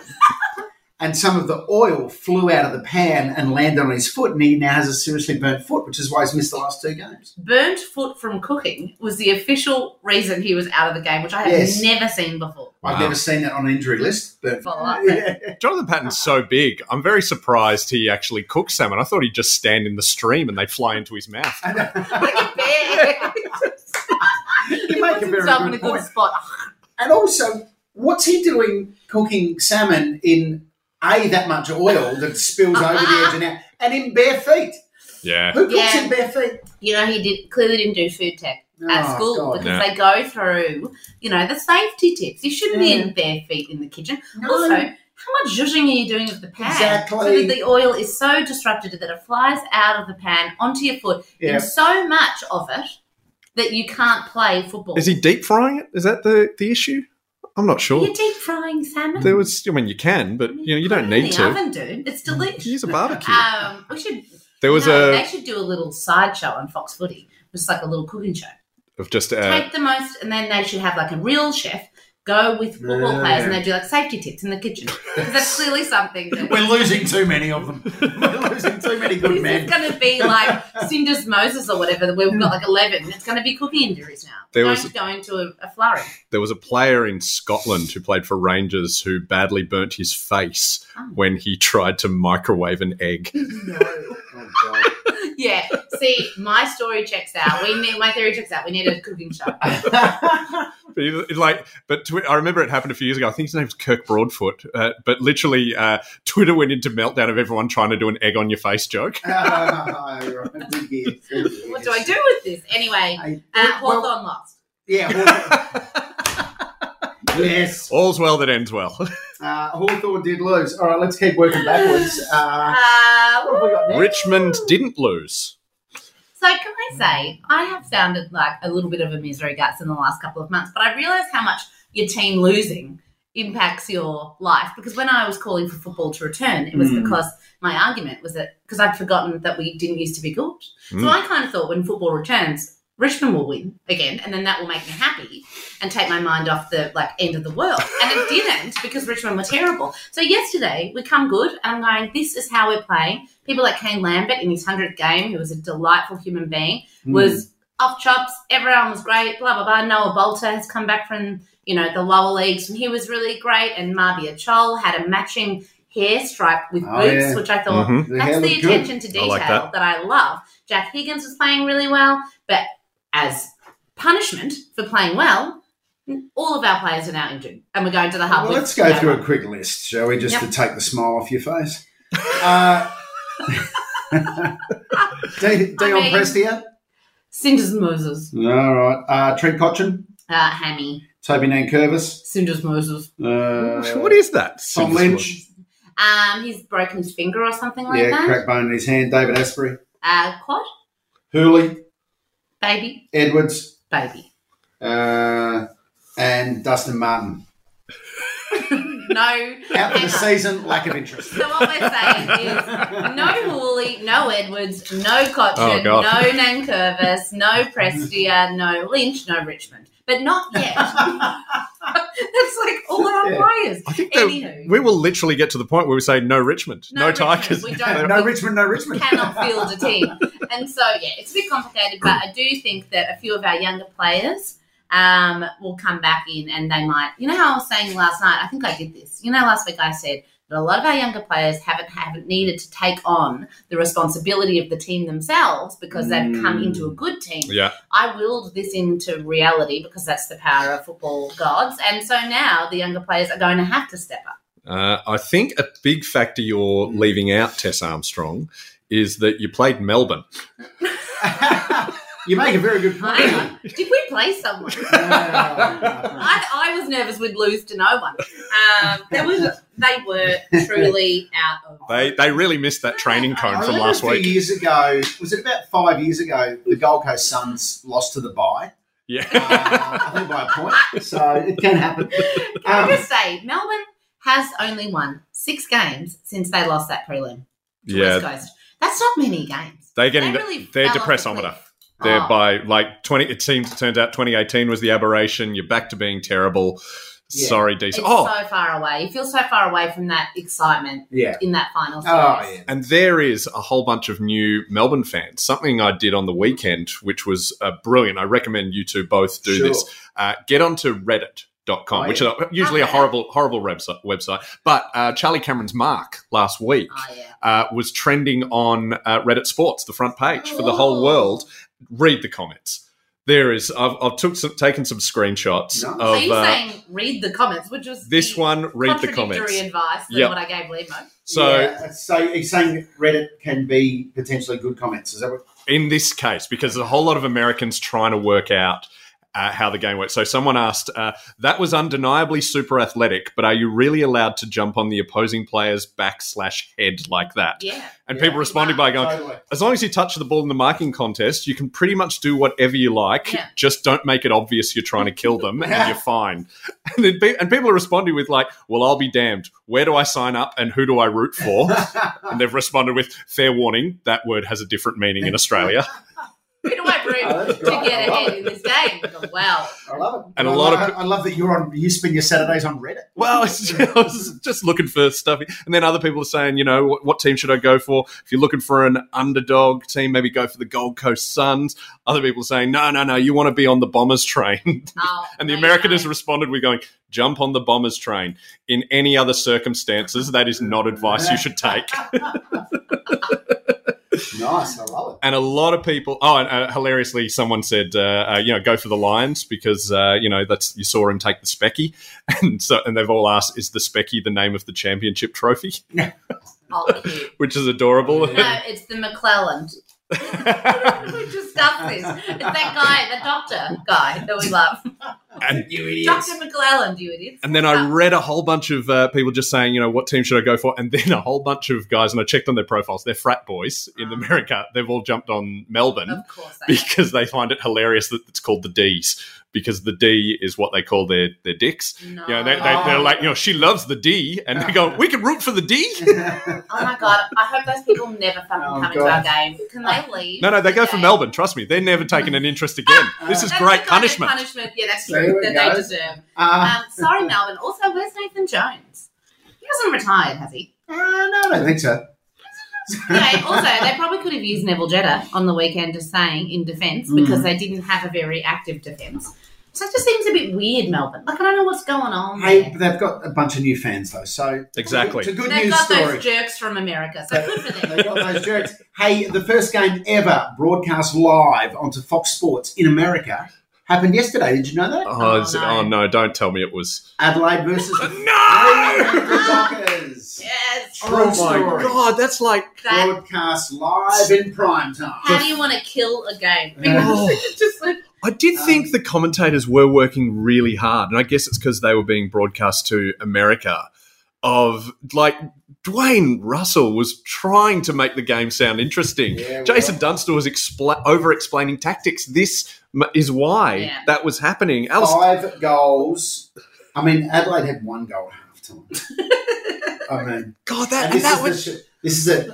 Speaker 8: and some of the oil flew out of the pan and landed on his foot, and he now has a seriously burnt foot, which is why he's missed the last two games.
Speaker 9: burnt foot from cooking was the official reason he was out of the game, which I have
Speaker 8: Yes.
Speaker 9: never seen before.
Speaker 8: *laughs* I've
Speaker 10: Wow.
Speaker 8: never seen that on an injury list, but *laughs*
Speaker 9: Follow up.
Speaker 8: Yeah.
Speaker 10: Jonathan Patton's so big. I'm very surprised he actually cooks salmon. I thought he'd just stand in the stream and they'd fly into his mouth.
Speaker 9: Like a bear.
Speaker 8: you make a
Speaker 9: Puts
Speaker 8: very
Speaker 9: himself in a
Speaker 8: good
Speaker 9: good
Speaker 8: point.
Speaker 9: spot.
Speaker 8: And also, what's he doing cooking salmon in a that much oil that spills over the edge and out, and in bare feet?
Speaker 10: Yeah.
Speaker 8: Who cooks
Speaker 9: Yeah.
Speaker 8: in bare feet?
Speaker 9: You know, he did clearly didn't do food tech
Speaker 8: Oh,
Speaker 9: at school
Speaker 8: God.
Speaker 9: because
Speaker 10: No.
Speaker 9: they go through, you know, the safety tips. You shouldn't
Speaker 8: Yeah.
Speaker 9: be in bare feet in the kitchen.
Speaker 8: No.
Speaker 9: Also, how much zhuzhing are you doing of the pan? So
Speaker 8: Exactly.
Speaker 9: that the oil is so disrupted that it flies out of the pan onto your foot,
Speaker 8: Yeah.
Speaker 9: and so much of it that you can't play football.
Speaker 10: Is he deep frying it? Is that the, the issue? I'm not sure.
Speaker 9: You're deep frying salmon.
Speaker 10: There was, I mean, you can, but you know, you don't
Speaker 9: Put it in
Speaker 10: need
Speaker 9: the
Speaker 10: to.
Speaker 9: oven, dude. It's delicious.
Speaker 10: Use a barbecue.
Speaker 9: Um, we should.
Speaker 10: There was
Speaker 9: no,
Speaker 10: a
Speaker 9: They should do a little sideshow on Fox Footy, just like a little cooking show.
Speaker 10: of just uh,
Speaker 9: Take the most, and then they should have like a real chef go with football
Speaker 8: Yeah.
Speaker 9: players, and they do like safety tips in the
Speaker 10: *laughs*
Speaker 9: kitchen. 'Cause that's clearly something. That
Speaker 8: We're losing too many of them. *laughs* We're losing too many good
Speaker 9: *laughs* this is
Speaker 8: men.
Speaker 9: going to be like Cinder's Moses or whatever. We've got like eleven. It's going to be cooking injuries now.
Speaker 10: There
Speaker 9: Don't
Speaker 10: was-
Speaker 9: go into a, a flurry. *laughs*
Speaker 10: there was a player in Scotland who played for Rangers who badly burnt his face when he tried to microwave an egg.
Speaker 8: *laughs* Oh, God.
Speaker 9: Yeah. See, my story checks out. We need my theory checks out. We need a cooking
Speaker 10: *laughs*
Speaker 9: show.
Speaker 10: But he- like, but Twi- I remember it happened a few years ago. I think his name was Kirk Broadfoot. Uh, but literally, uh, *laughs* Twitter went into meltdown of everyone trying to do an egg on your face joke.
Speaker 8: *laughs* Oh, right. Yes, yes.
Speaker 9: What do I do with this? Anyway,
Speaker 8: I-
Speaker 9: uh,
Speaker 8: well-
Speaker 9: Hawthorne lost.
Speaker 8: Yeah. Hawthorne. *laughs* yes.
Speaker 10: All's well that ends well. *laughs*
Speaker 8: Uh, Hawthorne did lose. All right, let's keep working backwards. Uh,
Speaker 9: Uh,
Speaker 8: what have we got next?
Speaker 10: Richmond didn't lose.
Speaker 9: so can I say I have sounded like a little bit of a misery guts in the last couple of months, but I realise how much your team losing impacts your life because when I was calling for football to return, it was because my argument was that because I'd forgotten that we didn't used to be good. So I kind of thought when football returns, Richmond will win again, and then that will make me happy and take my mind off the like end of the world. And it didn't because Richmond were terrible. So yesterday we come good, and I'm going, this is how we're playing. People like Kane Lambert in his hundredth game, who was a delightful human being,
Speaker 8: Hmm.
Speaker 9: was off chops. Everyone was great. Blah blah blah. Noah Bolter has come back from you know the lower leagues, and he was really great. And Marbia Chol had a matching hair stripe with
Speaker 8: Oh,
Speaker 9: boots,
Speaker 8: yeah.
Speaker 9: which I thought
Speaker 10: Mhm.
Speaker 8: The hair
Speaker 9: that's the
Speaker 8: looked good.
Speaker 9: attention to
Speaker 10: I
Speaker 9: detail
Speaker 10: like
Speaker 9: that. I love. Jack Higgins was playing really well, but as punishment for playing well, all of our players are now injured, and we're going to the hub.
Speaker 8: Well,
Speaker 9: with
Speaker 8: let's go
Speaker 9: no
Speaker 8: through
Speaker 9: one.
Speaker 8: a quick list, shall we? Just
Speaker 9: Yep.
Speaker 8: to take the smile off your face. Uh, *laughs* De- Dion
Speaker 9: mean-
Speaker 8: Prestia.
Speaker 9: Cinders Moses,
Speaker 8: All right. Uh, Trent Cotchin.
Speaker 9: uh, Hammy,
Speaker 8: Toby Nankervis.
Speaker 9: Cinders Moses.
Speaker 8: Uh,
Speaker 10: what is that?
Speaker 8: Tom Lynch.
Speaker 9: Um, he's broken his finger or something like
Speaker 8: Yeah,
Speaker 9: that.
Speaker 8: crack bone in his hand. David Asprey.
Speaker 9: Uh, quad,
Speaker 8: Hooley.
Speaker 9: baby,
Speaker 8: Edwards.
Speaker 9: baby.
Speaker 8: Uh, and Dustin Martin.
Speaker 9: no.
Speaker 8: Out for the
Speaker 9: hang on.
Speaker 8: season, lack of interest.
Speaker 9: So what we're saying is no
Speaker 8: *laughs*
Speaker 9: Hawley, no Edwards, no
Speaker 10: Oh,
Speaker 9: Cochin,
Speaker 10: God.
Speaker 9: no Nankervis, no Prestia, no Lynch, no Richmond. But not
Speaker 8: *laughs*
Speaker 9: yet. That's like all our
Speaker 8: Yeah.
Speaker 9: players.
Speaker 10: I think that
Speaker 9: Anywho.
Speaker 10: we will literally get to the point where we say no Richmond, no,
Speaker 9: Richmond.
Speaker 10: Tigers.
Speaker 9: We don't,
Speaker 8: No
Speaker 9: we
Speaker 8: Richmond, no Richmond.
Speaker 9: cannot field a team. And so, yeah, it's a bit complicated, but I do think that a few of our younger players um, will come back in and they might. You know how I was saying last night? I think I did this. You know, last week I said that a lot of our younger players haven't haven't needed to take on the responsibility of the team themselves because they've come into a good team.
Speaker 10: Yeah,
Speaker 9: I willed this into reality because that's the power of football gods. And so now the younger players are going to have to step up. *laughs*
Speaker 10: uh, I think a big factor you're leaving out, Tess Armstrong, is that you played Melbourne.
Speaker 8: *laughs* you make a very good point.
Speaker 9: Hang on. Did we play someone? I, I was nervous we'd lose to no one. Um, they, were, they were truly out of.
Speaker 10: *laughs* They they really missed that training
Speaker 8: I
Speaker 10: cone from
Speaker 8: remember
Speaker 10: last
Speaker 8: a few
Speaker 9: *laughs*
Speaker 10: week.
Speaker 8: years ago, was it about five years ago? The Gold Coast Suns lost to the bye.
Speaker 10: Yeah,
Speaker 8: Uh, I think by a point, so it can happen.
Speaker 9: *laughs* Can
Speaker 8: Um,
Speaker 9: I just say, Melbourne has only won six games since they lost that prelim to
Speaker 10: yeah.
Speaker 9: West Coast. That's not many games.
Speaker 10: They're getting
Speaker 9: They
Speaker 10: the-
Speaker 9: really
Speaker 10: their
Speaker 9: fell off the
Speaker 10: depressometer.
Speaker 9: cliff.
Speaker 10: They're
Speaker 9: Oh.
Speaker 10: by like twenty. It seems it turns out twenty eighteen was the aberration. You're back to being terrible.
Speaker 8: Yeah.
Speaker 10: Sorry,
Speaker 9: It's
Speaker 10: decent. Oh,
Speaker 9: so far away. You feel so far away from that excitement
Speaker 8: Yeah.
Speaker 9: in that final series.
Speaker 8: Oh yeah.
Speaker 10: And there is a whole bunch of new Melbourne fans. Something I did on the weekend, which was uh, brilliant. I recommend you two both do
Speaker 8: Sure.
Speaker 10: this. Uh, get onto Reddit. Dot com,
Speaker 8: Oh,
Speaker 10: which is usually a
Speaker 9: Okay.
Speaker 10: horrible, horrible website. website. But uh, Charlie Cameron's mark last week
Speaker 9: Oh, yeah.
Speaker 10: uh, was trending on uh, Reddit Sports, the front page for the whole world. Read the comments. There is. I've, I've took some, taken some screenshots
Speaker 8: Nice.
Speaker 10: of
Speaker 9: so you're
Speaker 10: uh,
Speaker 9: saying read the comments, which was
Speaker 10: this
Speaker 9: the
Speaker 10: one. Read the
Speaker 9: contradictory
Speaker 10: comments.
Speaker 9: advice than
Speaker 10: Yep.
Speaker 9: what I gave Lemo.
Speaker 10: So
Speaker 8: Yeah, so you're saying Reddit can be potentially good comments? Is that what?
Speaker 10: in this case because there's a whole lot of Americans trying to work out uh, how the game works. So someone asked, uh, "That was undeniably super athletic, but are you really allowed to jump on the opposing player's back slash head like that?"
Speaker 9: Yeah.
Speaker 10: And
Speaker 8: Yeah.
Speaker 10: people responded by going,
Speaker 8: Totally.
Speaker 10: "As long as you touch the ball in the marking contest, you can pretty much do whatever you like.
Speaker 9: Yeah.
Speaker 10: Just don't make it obvious you're trying to kill
Speaker 8: *laughs*
Speaker 10: them, and you're fine." And, then pe- and people are responding with like, "Well, I'll be damned. Where do I sign up, and who do I root for?" and they've responded with, "Fair warning, that word has a different meaning in Australia."
Speaker 9: Who do I
Speaker 8: Oh,
Speaker 9: bring
Speaker 8: that's
Speaker 9: to
Speaker 8: great.
Speaker 9: get ahead in this game? Wow.
Speaker 8: I love it.
Speaker 10: And
Speaker 8: I
Speaker 10: a lot
Speaker 8: love,
Speaker 10: of-
Speaker 8: I love that you're on. You spend your Saturdays on Reddit.
Speaker 10: Well, it's just, *laughs* I was just looking for stuff. And then other people are saying, you know, what, what team should I go for? If you're looking for an underdog team, maybe go for the Gold Coast Suns. Other people are saying, no, no, no, you want to be on the Bombers train. *laughs*
Speaker 9: Oh,
Speaker 10: and the
Speaker 9: there you
Speaker 10: American
Speaker 9: go.
Speaker 10: has responded with going, jump on the Bombers train. In any other circumstances, that is not advice you should take.
Speaker 8: Nice. I love
Speaker 10: And a lot of people. Oh, and uh, hilariously, someone said, uh, uh, you know, go for the Lions because uh, you know that's you saw him take the Specky, *laughs* and so and they've all asked, is the Specky the name of the championship trophy?
Speaker 9: Oh, cute.
Speaker 10: *laughs* which is adorable.
Speaker 9: No, it's the McClelland.
Speaker 10: *laughs*
Speaker 9: we discussed this. It's that guy, the doctor guy that we love.
Speaker 10: and,
Speaker 8: it. You idiots.
Speaker 9: Dr. McClelland, you idiots.
Speaker 10: and then I read a whole bunch of uh, people just saying, you know, what team should I go for? And then a whole bunch of guys, and I checked on their profiles, they're frat boys in America. They've all jumped on Melbourne
Speaker 9: Uh-huh. Of course I am.
Speaker 10: because they find it hilarious that it's called the D's. Because the D is what they call their, their dicks. *laughs*
Speaker 9: No.
Speaker 10: You know, they, they, they're
Speaker 8: Oh.
Speaker 10: like, you know, she loves the D. And they go, we can root for the D.
Speaker 9: Oh my god, I hope those people never fucking
Speaker 8: Oh,
Speaker 9: come into our
Speaker 8: God.
Speaker 9: game. Can they leave?
Speaker 10: Oh. No, no, they go for
Speaker 9: Okay.
Speaker 10: Melbourne. Trust me. They're never taking an
Speaker 9: *laughs*
Speaker 10: interest again. This is
Speaker 9: That's the kind
Speaker 10: great
Speaker 9: of
Speaker 10: punishment.
Speaker 9: punishment. Yeah, that's
Speaker 8: There
Speaker 9: true.
Speaker 8: we
Speaker 9: That
Speaker 8: go.
Speaker 9: they deserve.
Speaker 8: *laughs* Uh,
Speaker 9: Um, sorry, Melbourne. Also, where's Nathan Jones? He hasn't retired, has he?
Speaker 8: uh, no, I don't think so.
Speaker 9: Okay, also, they probably could have used Neville Jetta on the weekend, just saying, in defence, because
Speaker 8: Mm.
Speaker 9: they didn't have a very active defence. So it just seems a bit weird, Melbourne. Like, I don't know what's going on.
Speaker 8: Hey,
Speaker 9: there.
Speaker 8: but they've got a bunch of new fans though, so
Speaker 10: Exactly.
Speaker 8: It's a good
Speaker 9: They've
Speaker 8: news
Speaker 9: got
Speaker 8: story.
Speaker 9: those jerks from America, so good
Speaker 8: *laughs*
Speaker 9: for
Speaker 8: They
Speaker 9: them.
Speaker 8: got those jerks. Hey, the first game ever broadcast live onto Fox Sports in America happened yesterday. Did you know that?
Speaker 10: Oh, is it-
Speaker 9: no.
Speaker 10: oh, no, don't tell me it was.
Speaker 8: Adelaide
Speaker 10: *laughs*
Speaker 8: versus the Dockers.
Speaker 9: yes.
Speaker 8: True story.
Speaker 10: Oh God, Oh, that's like
Speaker 9: That,
Speaker 8: Broadcast live in prime time.
Speaker 9: how do you want to kill a game?
Speaker 8: Oh.
Speaker 9: Because it's *laughs* just like,
Speaker 10: I did think the commentators were working really hard, and I guess it's because they were being broadcast to America. Of like Dwayne Russell was trying to make the game sound interesting.
Speaker 8: Yeah,
Speaker 10: Jason
Speaker 8: well.
Speaker 10: Dunstall was expla- over explaining tactics. This m- is why
Speaker 9: Yeah.
Speaker 10: that was happening. Alice,
Speaker 8: Five goals I mean, Adelaide had one goal at half time.
Speaker 9: *laughs*
Speaker 8: I mean, and
Speaker 10: God, that,
Speaker 8: this,
Speaker 10: and that
Speaker 8: is
Speaker 10: was
Speaker 8: the, sh- this is it.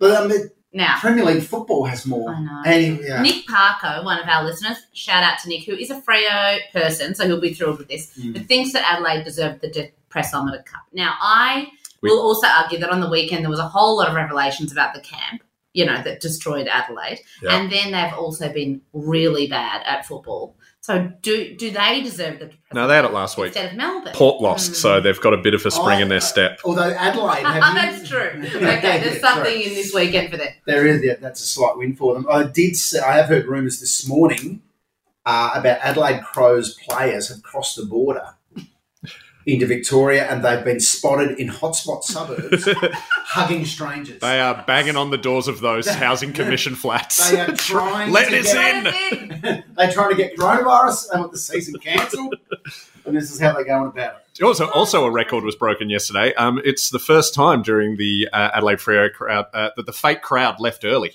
Speaker 8: But I mean,
Speaker 9: Now,
Speaker 8: Premier League football has more.
Speaker 9: I know.
Speaker 8: And, yeah.
Speaker 9: Nick Parko, one of our listeners, shout out to Nick, who is a Freo person, so he'll be thrilled with this,
Speaker 8: Mm.
Speaker 9: but thinks that Adelaide deserved the De- Pressometer Cup. Now, I
Speaker 10: We-
Speaker 9: will also argue that on the weekend there was a whole lot of revelations about the camp, you know, that destroyed Adelaide.
Speaker 10: Yeah.
Speaker 9: And then they've also been really bad at football. So do do they deserve the De
Speaker 10: No, they had it last week.
Speaker 9: Instead of Melbourne.
Speaker 10: Port lost,
Speaker 9: Mm.
Speaker 10: so they've got a bit of a spring in
Speaker 8: Oh,
Speaker 10: their step.
Speaker 8: Although
Speaker 9: *laughs*
Speaker 8: Adelaide, have you-
Speaker 9: Uh, oh,
Speaker 8: *laughs*
Speaker 9: That's
Speaker 10: *laughs*
Speaker 9: true.
Speaker 8: Yeah,
Speaker 9: Okay,
Speaker 8: yeah,
Speaker 9: there's something
Speaker 8: true.
Speaker 9: in this weekend for them.
Speaker 8: There is yeah, that's a slight win for them. I did. See, I have heard rumours this morning uh, about Adelaide Crows players have crossed the border into Victoria and they've been spotted in hotspot
Speaker 10: *laughs*
Speaker 8: suburbs hugging strangers.
Speaker 10: They are banging on the doors of those housing
Speaker 8: *laughs*
Speaker 10: commission flats. *laughs*
Speaker 8: They are trying
Speaker 10: Let
Speaker 8: to
Speaker 10: us
Speaker 8: get, *laughs*
Speaker 10: in.
Speaker 8: They're trying to get coronavirus. They want the season cancelled, and this is how they're going about it.
Speaker 10: Also, also a record was broken yesterday. Um, it's the first time during the uh, Adelaide Freo crowd uh, that the fake crowd left early.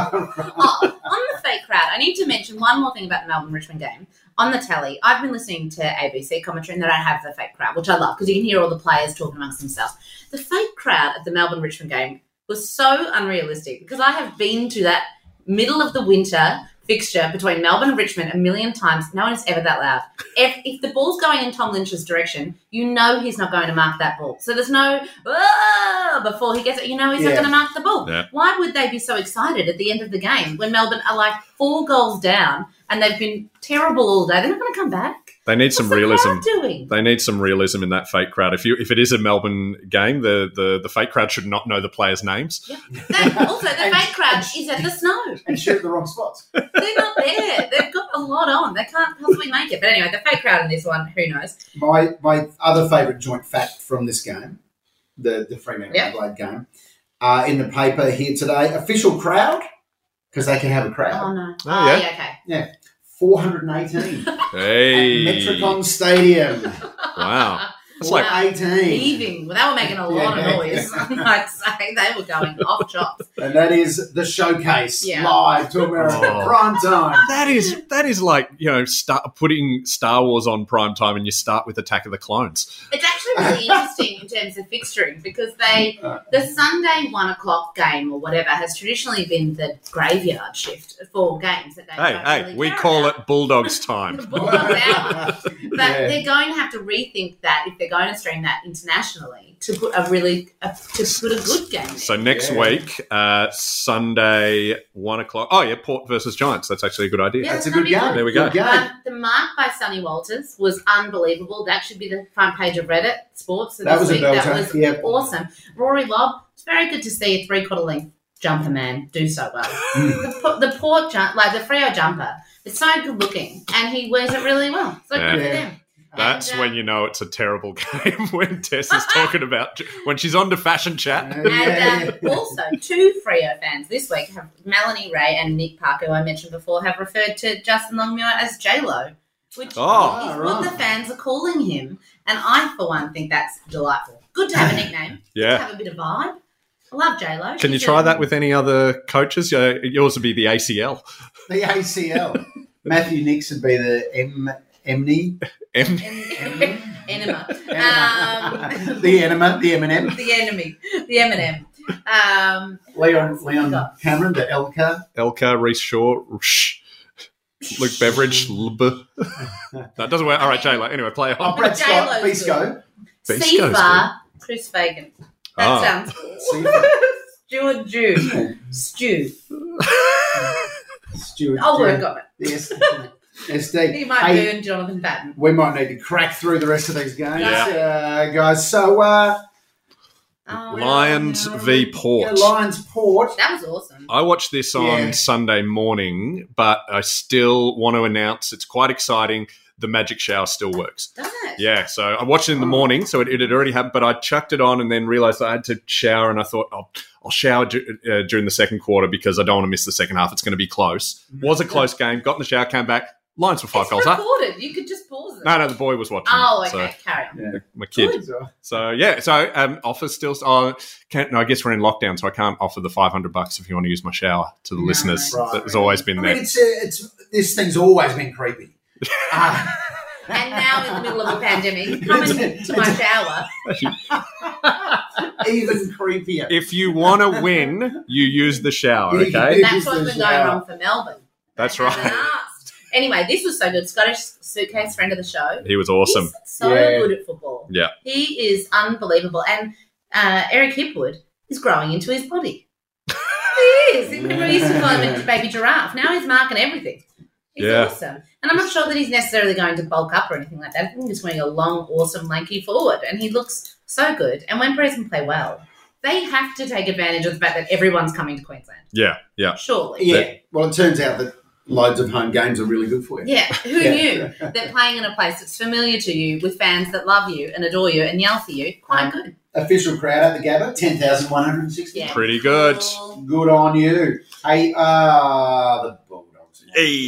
Speaker 9: oh, on the fake crowd, I need to mention one more thing about the Melbourne Richmond game. On the telly, I've been listening to ABC commentary and they don't have the fake crowd, which I love because you can hear all the players talking amongst themselves. The fake crowd at the Melbourne Richmond game was so unrealistic because I have been to that middle of the winter fixture between Melbourne and Richmond a million times. No one is ever that loud. If, if the ball's going in Tom Lynch's direction, you know he's not going to mark that ball. So there's no "Ah," before he gets it. You know he's not
Speaker 8: Yeah.
Speaker 9: going to mark the ball.
Speaker 10: Yeah.
Speaker 9: Why would they be so excited at the end of the game when Melbourne are like four goals down and they've been terrible all day? They're not going to come back.
Speaker 10: They need some
Speaker 9: What's the
Speaker 10: realism.
Speaker 9: crowd doing?
Speaker 10: They need some realism in that fake crowd. If you if it is a Melbourne game, the the, the fake crowd should not know the players' names.
Speaker 9: Yeah. They- also, the
Speaker 8: And-
Speaker 9: *laughs* fake crowd
Speaker 8: and-
Speaker 9: is at the snow.
Speaker 8: And shoot at the wrong spots.
Speaker 9: They're not there. They've got a lot on. They can't possibly make it. But anyway, the fake crowd in this one, who knows?
Speaker 8: My my other favourite joint fact from this game, the the Fremantle
Speaker 9: Yeah.
Speaker 8: Adelaide game, uh, in the paper here today. Official crowd because they can have a
Speaker 9: Oh
Speaker 8: crowd.
Speaker 9: no.
Speaker 10: Oh, yeah.
Speaker 9: okay.
Speaker 8: Yeah, four hundred and
Speaker 10: *laughs*
Speaker 8: eighteen
Speaker 10: Hey,
Speaker 8: at Uh, Metricon Stadium.
Speaker 10: *laughs* wow, It's
Speaker 8: Four
Speaker 10: like-
Speaker 8: eighteen,
Speaker 9: Heaving. Well, they were making a lot
Speaker 8: Yeah.
Speaker 9: of noise. *laughs* I'd say they were going off chops.
Speaker 8: and that is the showcase
Speaker 9: Yeah.
Speaker 8: live to America
Speaker 10: Oh.
Speaker 8: prime time.
Speaker 10: that is that is like you know start putting Star Wars on prime time, and you start with Attack of the Clones.
Speaker 9: It's actually really interesting in terms of fixturing because they the Sunday one o'clock game or whatever has traditionally been the graveyard shift for games that they
Speaker 10: Hey,
Speaker 9: don't
Speaker 10: hey,
Speaker 9: really
Speaker 10: we
Speaker 9: care
Speaker 10: call
Speaker 9: about.
Speaker 10: it Bulldogs
Speaker 9: *laughs*
Speaker 10: time. *laughs*
Speaker 8: *laughs*
Speaker 9: The Bulldogs hour. But
Speaker 8: Yeah.
Speaker 9: they're going to have to rethink that if they're going to stream that internationally to put a really a, to put a good game. in.
Speaker 10: So next
Speaker 8: Yeah.
Speaker 10: week, uh, Sunday, one o'clock. Oh yeah, Port versus Giants. That's actually a good idea.
Speaker 9: Yeah,
Speaker 8: That's a
Speaker 9: that'd
Speaker 8: good
Speaker 9: be
Speaker 8: game.
Speaker 9: good.
Speaker 10: There we go.
Speaker 8: Good game.
Speaker 9: Um, the mark by Sonny Walters was unbelievable. That should be the front page of Reddit Sports.
Speaker 8: That
Speaker 9: this
Speaker 8: was a
Speaker 9: week.
Speaker 8: belter,
Speaker 9: That was
Speaker 8: yep.
Speaker 9: awesome. Rory Lobb, it's very good to see a three quarter length jumper man do so well.
Speaker 8: Hmm.
Speaker 9: the, po- the port jump, like the Freo jumper, it's so good looking, and he wears it really well. So
Speaker 10: Yeah.
Speaker 9: good for
Speaker 8: Yeah.
Speaker 9: them.
Speaker 10: That's
Speaker 9: And, uh,
Speaker 10: when you know it's a terrible *laughs* game when Tess is talking about when she's on to fashion chat.
Speaker 9: And
Speaker 8: Yeah.
Speaker 9: um, also, two Freo fans this week have Melanie Ray and Nick Parker, who I mentioned before, have referred to Justin Longmuir as J Lo, which
Speaker 10: Oh.
Speaker 9: is what the fans are calling him. And I, for one, think that's delightful. Good
Speaker 10: *laughs*
Speaker 9: to have a nickname.
Speaker 10: Yeah.
Speaker 9: Have a bit of vibe. I love J Lo.
Speaker 10: Can you try that with any other coaches? Yeah, Yours would be the ACL.
Speaker 8: The ACL. Matthew Nix would be the M. E, Emney,
Speaker 10: M-
Speaker 9: *laughs*
Speaker 10: *laughs*
Speaker 9: enema?
Speaker 8: *laughs*
Speaker 9: Um, *laughs*
Speaker 8: the enema, the Eminem,
Speaker 9: the enemy, the M. Um,
Speaker 8: Leon Leon Cameron, the Elka,
Speaker 10: Elka, Reese Shaw, Rsh, Luke Beveridge, Lb. That doesn't work. All right, Jayla. Anyway, play
Speaker 8: oh,
Speaker 10: on.
Speaker 8: Brad Scott,
Speaker 9: J-Lo's *laughs*
Speaker 8: Bisco,
Speaker 10: Beast
Speaker 9: Siva, Chris Fagan. That
Speaker 10: Ah.
Speaker 9: sounds *laughs*
Speaker 8: Siva.
Speaker 9: Stuart Jew. Stew.
Speaker 8: Stuart.
Speaker 9: I'll work on it. *laughs*
Speaker 8: Yes.
Speaker 9: Oh, He
Speaker 8: SD.
Speaker 9: might
Speaker 8: Hey,
Speaker 9: burn Jonathan Patton.
Speaker 8: we might need to crack through the rest of these games,
Speaker 10: Yeah.
Speaker 8: uh, guys. So, uh,
Speaker 9: Oh,
Speaker 10: Lions
Speaker 9: no.
Speaker 10: v
Speaker 8: yeah,
Speaker 10: Port.
Speaker 8: Lions Port.
Speaker 9: That was awesome.
Speaker 10: I watched this on
Speaker 8: Yeah.
Speaker 10: Sunday morning, but I still want to announce it's quite exciting. The magic shower still works.
Speaker 9: Doesn't it?
Speaker 10: Yeah, so I watched it in the morning, so it, it had already happened, but I chucked it on and then realized I had to shower, and I thought, I'll, I'll shower du- uh, during the second quarter because I don't want to miss the second half. It's going to be close. Was a close game, got in the shower, came back, Lions were five
Speaker 9: It's
Speaker 10: goals up.
Speaker 9: recorded. You could just pause it.
Speaker 10: No, no, the boy was watching.
Speaker 9: Oh,
Speaker 10: so-
Speaker 9: okay. Carry on.
Speaker 10: my kid. So yeah, so um, offer still. Oh, can't, no, I guess we're in lockdown, so I can't offer the five hundred bucks if you want to use my shower to the
Speaker 9: No,
Speaker 10: listeners.
Speaker 8: right.
Speaker 10: That has always been
Speaker 8: I
Speaker 10: there. *laughs*
Speaker 8: mean, it's, uh, it's this thing's always been creepy. Uh,
Speaker 9: and
Speaker 8: *laughs*
Speaker 9: now in the middle of a pandemic, come in to my shower.
Speaker 8: Even creepier.
Speaker 10: If you want to win, you use the shower, okay?
Speaker 9: That's what's been going wrong for Melbourne.
Speaker 10: That's
Speaker 9: Haven't
Speaker 10: right.
Speaker 9: asked. Anyway, this was so good. Scottish suitcase friend of the show.
Speaker 10: He was awesome.
Speaker 9: He's so
Speaker 8: Yeah.
Speaker 9: good at football.
Speaker 10: Yeah.
Speaker 9: He is unbelievable. And uh, Eric Hipwood is growing into his body. he is. Remember, we used to call him a baby giraffe. Now he's marking everything. He's
Speaker 10: Yeah.
Speaker 9: awesome. And I'm not sure that he's necessarily going to bulk up or anything like that. I think he's wearing a long, awesome, lanky forward. And he looks so good. And when Brisbane play well, they have to take advantage of the fact that everyone's coming to Queensland.
Speaker 10: Yeah, yeah.
Speaker 9: Surely.
Speaker 8: Yeah. Well, it turns out that loads of home games are really good for you.
Speaker 9: Yeah, who
Speaker 8: Yeah.
Speaker 9: knew that playing in a place that's familiar to you with fans that love you and adore you and yell for you,
Speaker 10: Um,
Speaker 9: quite good.
Speaker 8: Official crowd at the Gabba, 10,160.
Speaker 9: Yeah.
Speaker 10: Pretty good.
Speaker 8: Good on you. Hey, uh, the Bulldogs.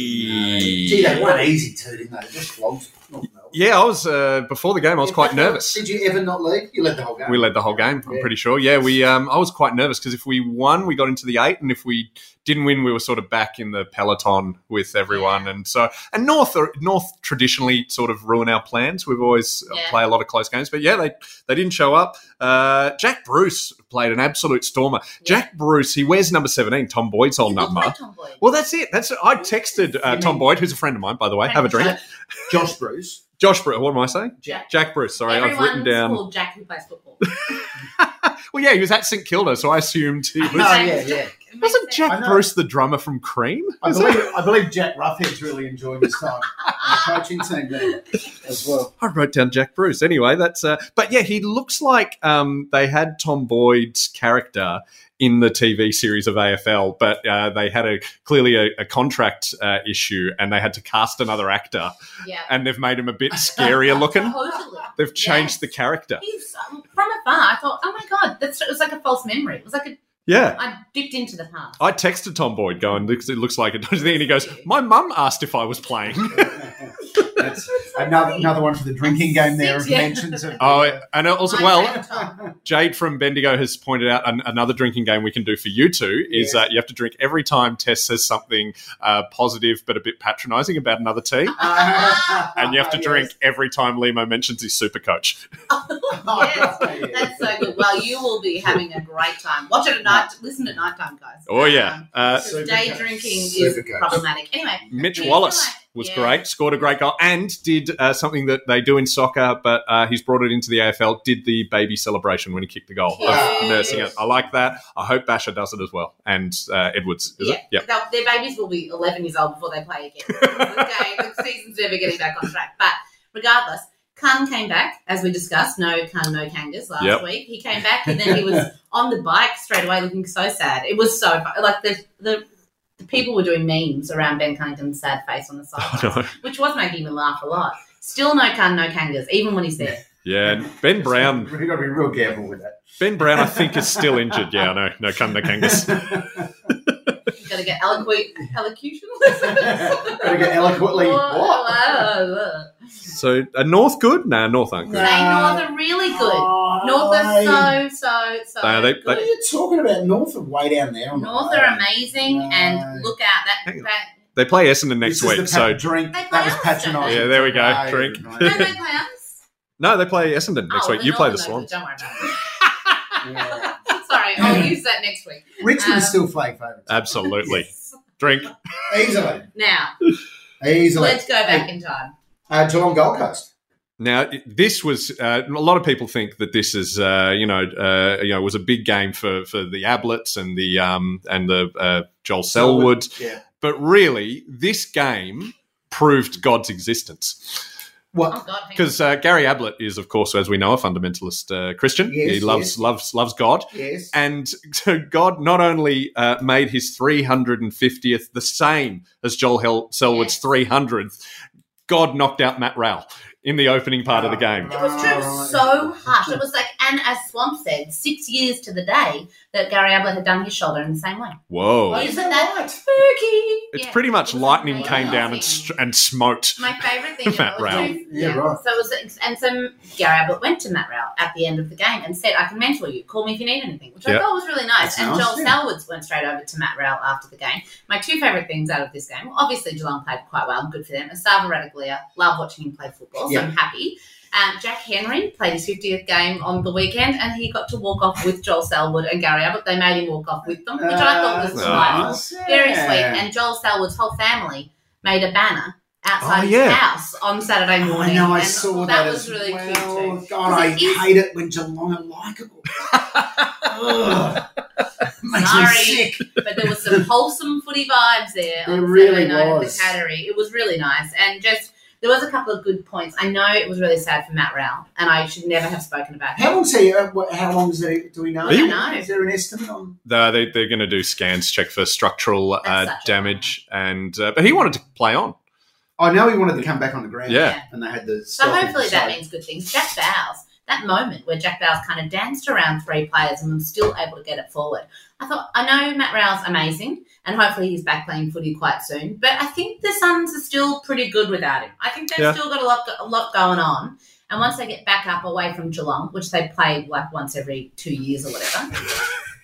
Speaker 10: Hey.
Speaker 8: Gee, they won easy too, didn't they? Just flogged. Not Melbourne.
Speaker 10: Yeah, I was uh, before the game. I was quite nervous.
Speaker 8: Did you ever not lead? You led the whole game.
Speaker 10: We led the whole game. I'm
Speaker 8: Yeah.
Speaker 10: pretty sure. Yeah, we. Um, I was quite nervous because if we won, we got into the eight, and if we didn't win, we were sort of back in the peloton with everyone. And so, and North are, North traditionally sort of ruin our plans. We've always uh
Speaker 9: Yeah.
Speaker 10: play a lot of close games, but yeah, they they didn't show up. Uh, Jack Bruce played an absolute stormer. Jack Bruce, he wears number seventeen, Tom Boyd's old
Speaker 9: You look
Speaker 10: number.
Speaker 9: like Tom Boyd.
Speaker 10: Well, that's it. That's I texted uh, Tom Boyd, who's a friend of mine, by the way. Have a drink,
Speaker 8: Uh, Josh
Speaker 10: *laughs*
Speaker 8: Bruce.
Speaker 10: Josh Bruce. What am I saying?
Speaker 9: Jack.
Speaker 10: Jack Bruce. Sorry,
Speaker 9: Everyone's
Speaker 10: I've written down.
Speaker 9: called Jack who plays
Speaker 10: *laughs*
Speaker 9: football.
Speaker 10: Well, yeah, he was at St Kilda, so I assumed he
Speaker 8: No,
Speaker 10: was.
Speaker 8: Oh, yeah, yeah.
Speaker 9: It makes
Speaker 10: Wasn't
Speaker 9: sense.
Speaker 8: I
Speaker 10: Jack
Speaker 8: know.
Speaker 10: Bruce the drummer from Cream?
Speaker 8: I
Speaker 10: Is that-
Speaker 8: believe, I believe Jack Roughhead's really enjoying his time. The coaching team there as well.
Speaker 10: I wrote down Jack Bruce. Anyway, that's. Uh, but yeah, he looks like um, they had Tom Boyd's character in the TV series of AFL, but uh, they had a clearly a, a contract uh, issue, and they had to cast another actor,
Speaker 9: Yeah.
Speaker 10: and they've made him a bit scarier
Speaker 9: *laughs*
Speaker 10: looking.
Speaker 9: Totally.
Speaker 10: They've changed
Speaker 9: Yes.
Speaker 10: the character.
Speaker 9: He's, um, from afar, I thought, oh my God, that's, it was like a false memory. It was like a,
Speaker 10: Yeah.
Speaker 9: I dipped into the past.
Speaker 10: I texted Tom Boyd going, "Looks- it looks like it *laughs* does And he goes, my mum asked if I was playing.
Speaker 8: That's another, another one for the drinking game there of
Speaker 9: *laughs* Yeah.
Speaker 8: mentions of.
Speaker 10: *laughs* oh,
Speaker 8: *laughs*
Speaker 10: and also,
Speaker 9: My
Speaker 10: well,
Speaker 9: favourite time.
Speaker 10: Jade from Bendigo has pointed out an, another drinking game we can do for you two is that you have to drink every time Tess says something uh, positive but a bit patronising about
Speaker 9: *laughs*
Speaker 10: another team, and you have to
Speaker 9: Oh,
Speaker 10: drink
Speaker 8: *laughs*
Speaker 10: every time Limo mentions his super coach.
Speaker 9: Yes, that's so good. Well, you will be having a great time. Watch it at night. Listen at night time, guys.
Speaker 10: Oh yeah,
Speaker 9: Um,
Speaker 10: uh,
Speaker 9: because
Speaker 8: Super
Speaker 9: day
Speaker 8: coach.
Speaker 9: drinking
Speaker 8: Super
Speaker 9: is
Speaker 8: coach.
Speaker 9: problematic. Anyway,
Speaker 10: Mitch
Speaker 9: Yeah,
Speaker 10: Wallace
Speaker 9: right.
Speaker 10: was
Speaker 9: Yeah.
Speaker 10: great, scored a great goal, and did uh, something that they do in soccer, but uh, he's brought it into the AFL. Did the baby celebration when he kicked the goal, of
Speaker 9: Yes.
Speaker 10: nursing it. I like that. I hope Basher does it as well, and uh, Edwards. Is
Speaker 9: yeah,
Speaker 10: it? Yeah.
Speaker 9: they'll- their babies will be 11 years old before they play
Speaker 10: *laughs*
Speaker 9: again. okay, the season's never getting back on track. But regardless, Khan came back, as we discussed. No Khan, no Kangas last
Speaker 10: Yep.
Speaker 9: week. He came back and then he
Speaker 10: *laughs*
Speaker 9: was on the bike straight away looking so sad. It was so fu- Like the, the, the people were doing memes around Ben Cunnington's sad face
Speaker 10: *laughs*
Speaker 9: on the side,
Speaker 10: no.
Speaker 9: which was making me laugh a lot. Still no Khan, no Kangas, even when he's there.
Speaker 10: Yeah, and Ben Brown
Speaker 8: We've got to be real careful with
Speaker 9: *laughs*
Speaker 8: that.
Speaker 10: Ben Brown, I think, is still injured. Yeah, no, no, come the Kangas.
Speaker 9: You've got to get eloquent, elocution.
Speaker 8: Gotta get eloquently. What?
Speaker 10: So, are North good? Nah, North aren't good.
Speaker 9: They North are really good. North are so, so, so
Speaker 10: They are- they-
Speaker 9: good.
Speaker 8: What are you talking about? North are way down there. on the
Speaker 9: North
Speaker 8: way.
Speaker 9: are amazing, and
Speaker 8: No.
Speaker 9: look out that.
Speaker 10: Hang on.
Speaker 9: that
Speaker 10: They play Essendon next
Speaker 8: This is
Speaker 10: week.
Speaker 8: the
Speaker 10: so,
Speaker 8: pat- drink.
Speaker 9: They
Speaker 8: That was
Speaker 9: play us, don't
Speaker 8: patronising.
Speaker 10: Yeah, there we go.
Speaker 8: Right,
Speaker 10: Drink.
Speaker 9: no,
Speaker 8: right.
Speaker 10: *laughs*
Speaker 9: they play us.
Speaker 10: no, they play Essendon next
Speaker 9: Oh,
Speaker 10: week.
Speaker 9: well,
Speaker 10: You play the
Speaker 9: North are no
Speaker 10: Swans.
Speaker 9: good, Don't
Speaker 8: *laughs*
Speaker 9: worry
Speaker 8: Yeah.
Speaker 9: about it. Sorry, I'll use that next week.
Speaker 8: Richmond
Speaker 9: Um,
Speaker 8: is still flag favourites.
Speaker 9: *laughs*
Speaker 10: Absolutely. Drink.
Speaker 8: Easily.
Speaker 9: Now
Speaker 8: Easily.
Speaker 9: let's go back in time.
Speaker 8: Uh, Geelong Gold Coast.
Speaker 10: Now, this was uh, a lot of people think that this is, uh, you know, uh, you know, was a big game for for the Ablets and the um and the uh, Joel Selwood,
Speaker 8: Yeah.
Speaker 10: but really, this game proved God's existence.
Speaker 9: Oh
Speaker 8: What?
Speaker 9: God, hang on.
Speaker 10: Because uh, Gary Ablett is, of course, as we know, a fundamentalist uh, Christian.
Speaker 8: Yes,
Speaker 10: he loves
Speaker 8: yes.
Speaker 10: loves loves
Speaker 9: Oh.
Speaker 10: God,
Speaker 8: Yes.
Speaker 10: and so God not only uh, made his three hundred and fiftieth the same as Joel Hel- Selwood's
Speaker 9: Yes.
Speaker 10: three hundredth. God knocked out Matt Rowell in the opening part of the game.
Speaker 9: It was driven so harsh. It was like, and as Swamp said, six years to the day, that Gary Ablett had done his shoulder in the same way.
Speaker 10: Whoa.
Speaker 8: Oh, is that right?
Speaker 9: Spooky.
Speaker 10: It's
Speaker 9: Yeah.
Speaker 10: pretty much
Speaker 9: It was
Speaker 10: lightning
Speaker 9: amazing.
Speaker 10: came down and, st- and smote.
Speaker 9: My favourite thing
Speaker 10: *laughs*
Speaker 9: about it
Speaker 10: Matt
Speaker 9: was
Speaker 10: Rowell.
Speaker 9: doing-
Speaker 8: Yeah, right.
Speaker 9: So it was, and so Gary Ablett went to Matt Rowell at the end of the game and said, "I can mentor you. Call me if you need anything," which
Speaker 10: Yeah.
Speaker 9: I thought was really nice.
Speaker 8: That's
Speaker 9: and
Speaker 8: nice,
Speaker 9: Joel
Speaker 8: yeah.
Speaker 9: Selwood went straight over to Matt Rowell after the game. My two favourite things out of this game, well, obviously Geelong played quite well, good for them. Asava Radaglia, love watching him play football, so
Speaker 8: Yeah.
Speaker 9: I'm happy. Um, Jack Henry played his 50th game on the weekend, and he got to walk off with Joel Selwood and Gary Ablett. They made him walk off with them, which I thought was
Speaker 8: Uh,
Speaker 9: delightful
Speaker 8: nice.
Speaker 9: very
Speaker 8: Yeah.
Speaker 9: sweet. And Joel Selwood's whole family made a banner
Speaker 10: Oh,
Speaker 9: outside
Speaker 10: yeah.
Speaker 9: his house on Saturday
Speaker 8: Oh,
Speaker 9: morning.
Speaker 8: I know, I
Speaker 9: and
Speaker 8: saw
Speaker 9: that.
Speaker 8: that,
Speaker 9: was
Speaker 8: as
Speaker 9: really
Speaker 8: well.
Speaker 9: cute too.
Speaker 8: God, I
Speaker 9: Because it is-
Speaker 8: hate it when Geelong are
Speaker 9: *laughs*
Speaker 8: likable. Ugh. Makes me
Speaker 9: Sorry.
Speaker 8: sick.
Speaker 9: But there
Speaker 8: *laughs*
Speaker 9: was some wholesome footy vibes there.
Speaker 8: There
Speaker 9: on
Speaker 8: really
Speaker 9: Saturday night at
Speaker 8: was.
Speaker 9: the Cattery. It was really nice, and just there was a couple of good points. I know it was really sad for Matt Rowell, and I should never have spoken about
Speaker 8: How
Speaker 9: him.
Speaker 8: long's he? uh, wh- How long is it? Do we know?
Speaker 9: I don't know.
Speaker 8: Is there an estimate on?
Speaker 10: Uh, they, they're going to do scans, check for structural uh,
Speaker 9: That's such a-
Speaker 10: damage, and uh, but he wanted to play on.
Speaker 8: I know he wanted to come back on the ground.
Speaker 10: Yeah.
Speaker 8: and they had the.
Speaker 9: So hopefully that means good things. Jack Bowles, that moment where Jack Bowles kind of danced around three players and was still able to get it forward. I thought, I know Matt Rowell's amazing, and hopefully he's back playing footy quite soon. But I think the Suns are still pretty good without him. I think they've
Speaker 10: Yeah.
Speaker 9: still got a lot, a lot going on. And once they get back up away from Geelong, which they play like once every two years or whatever,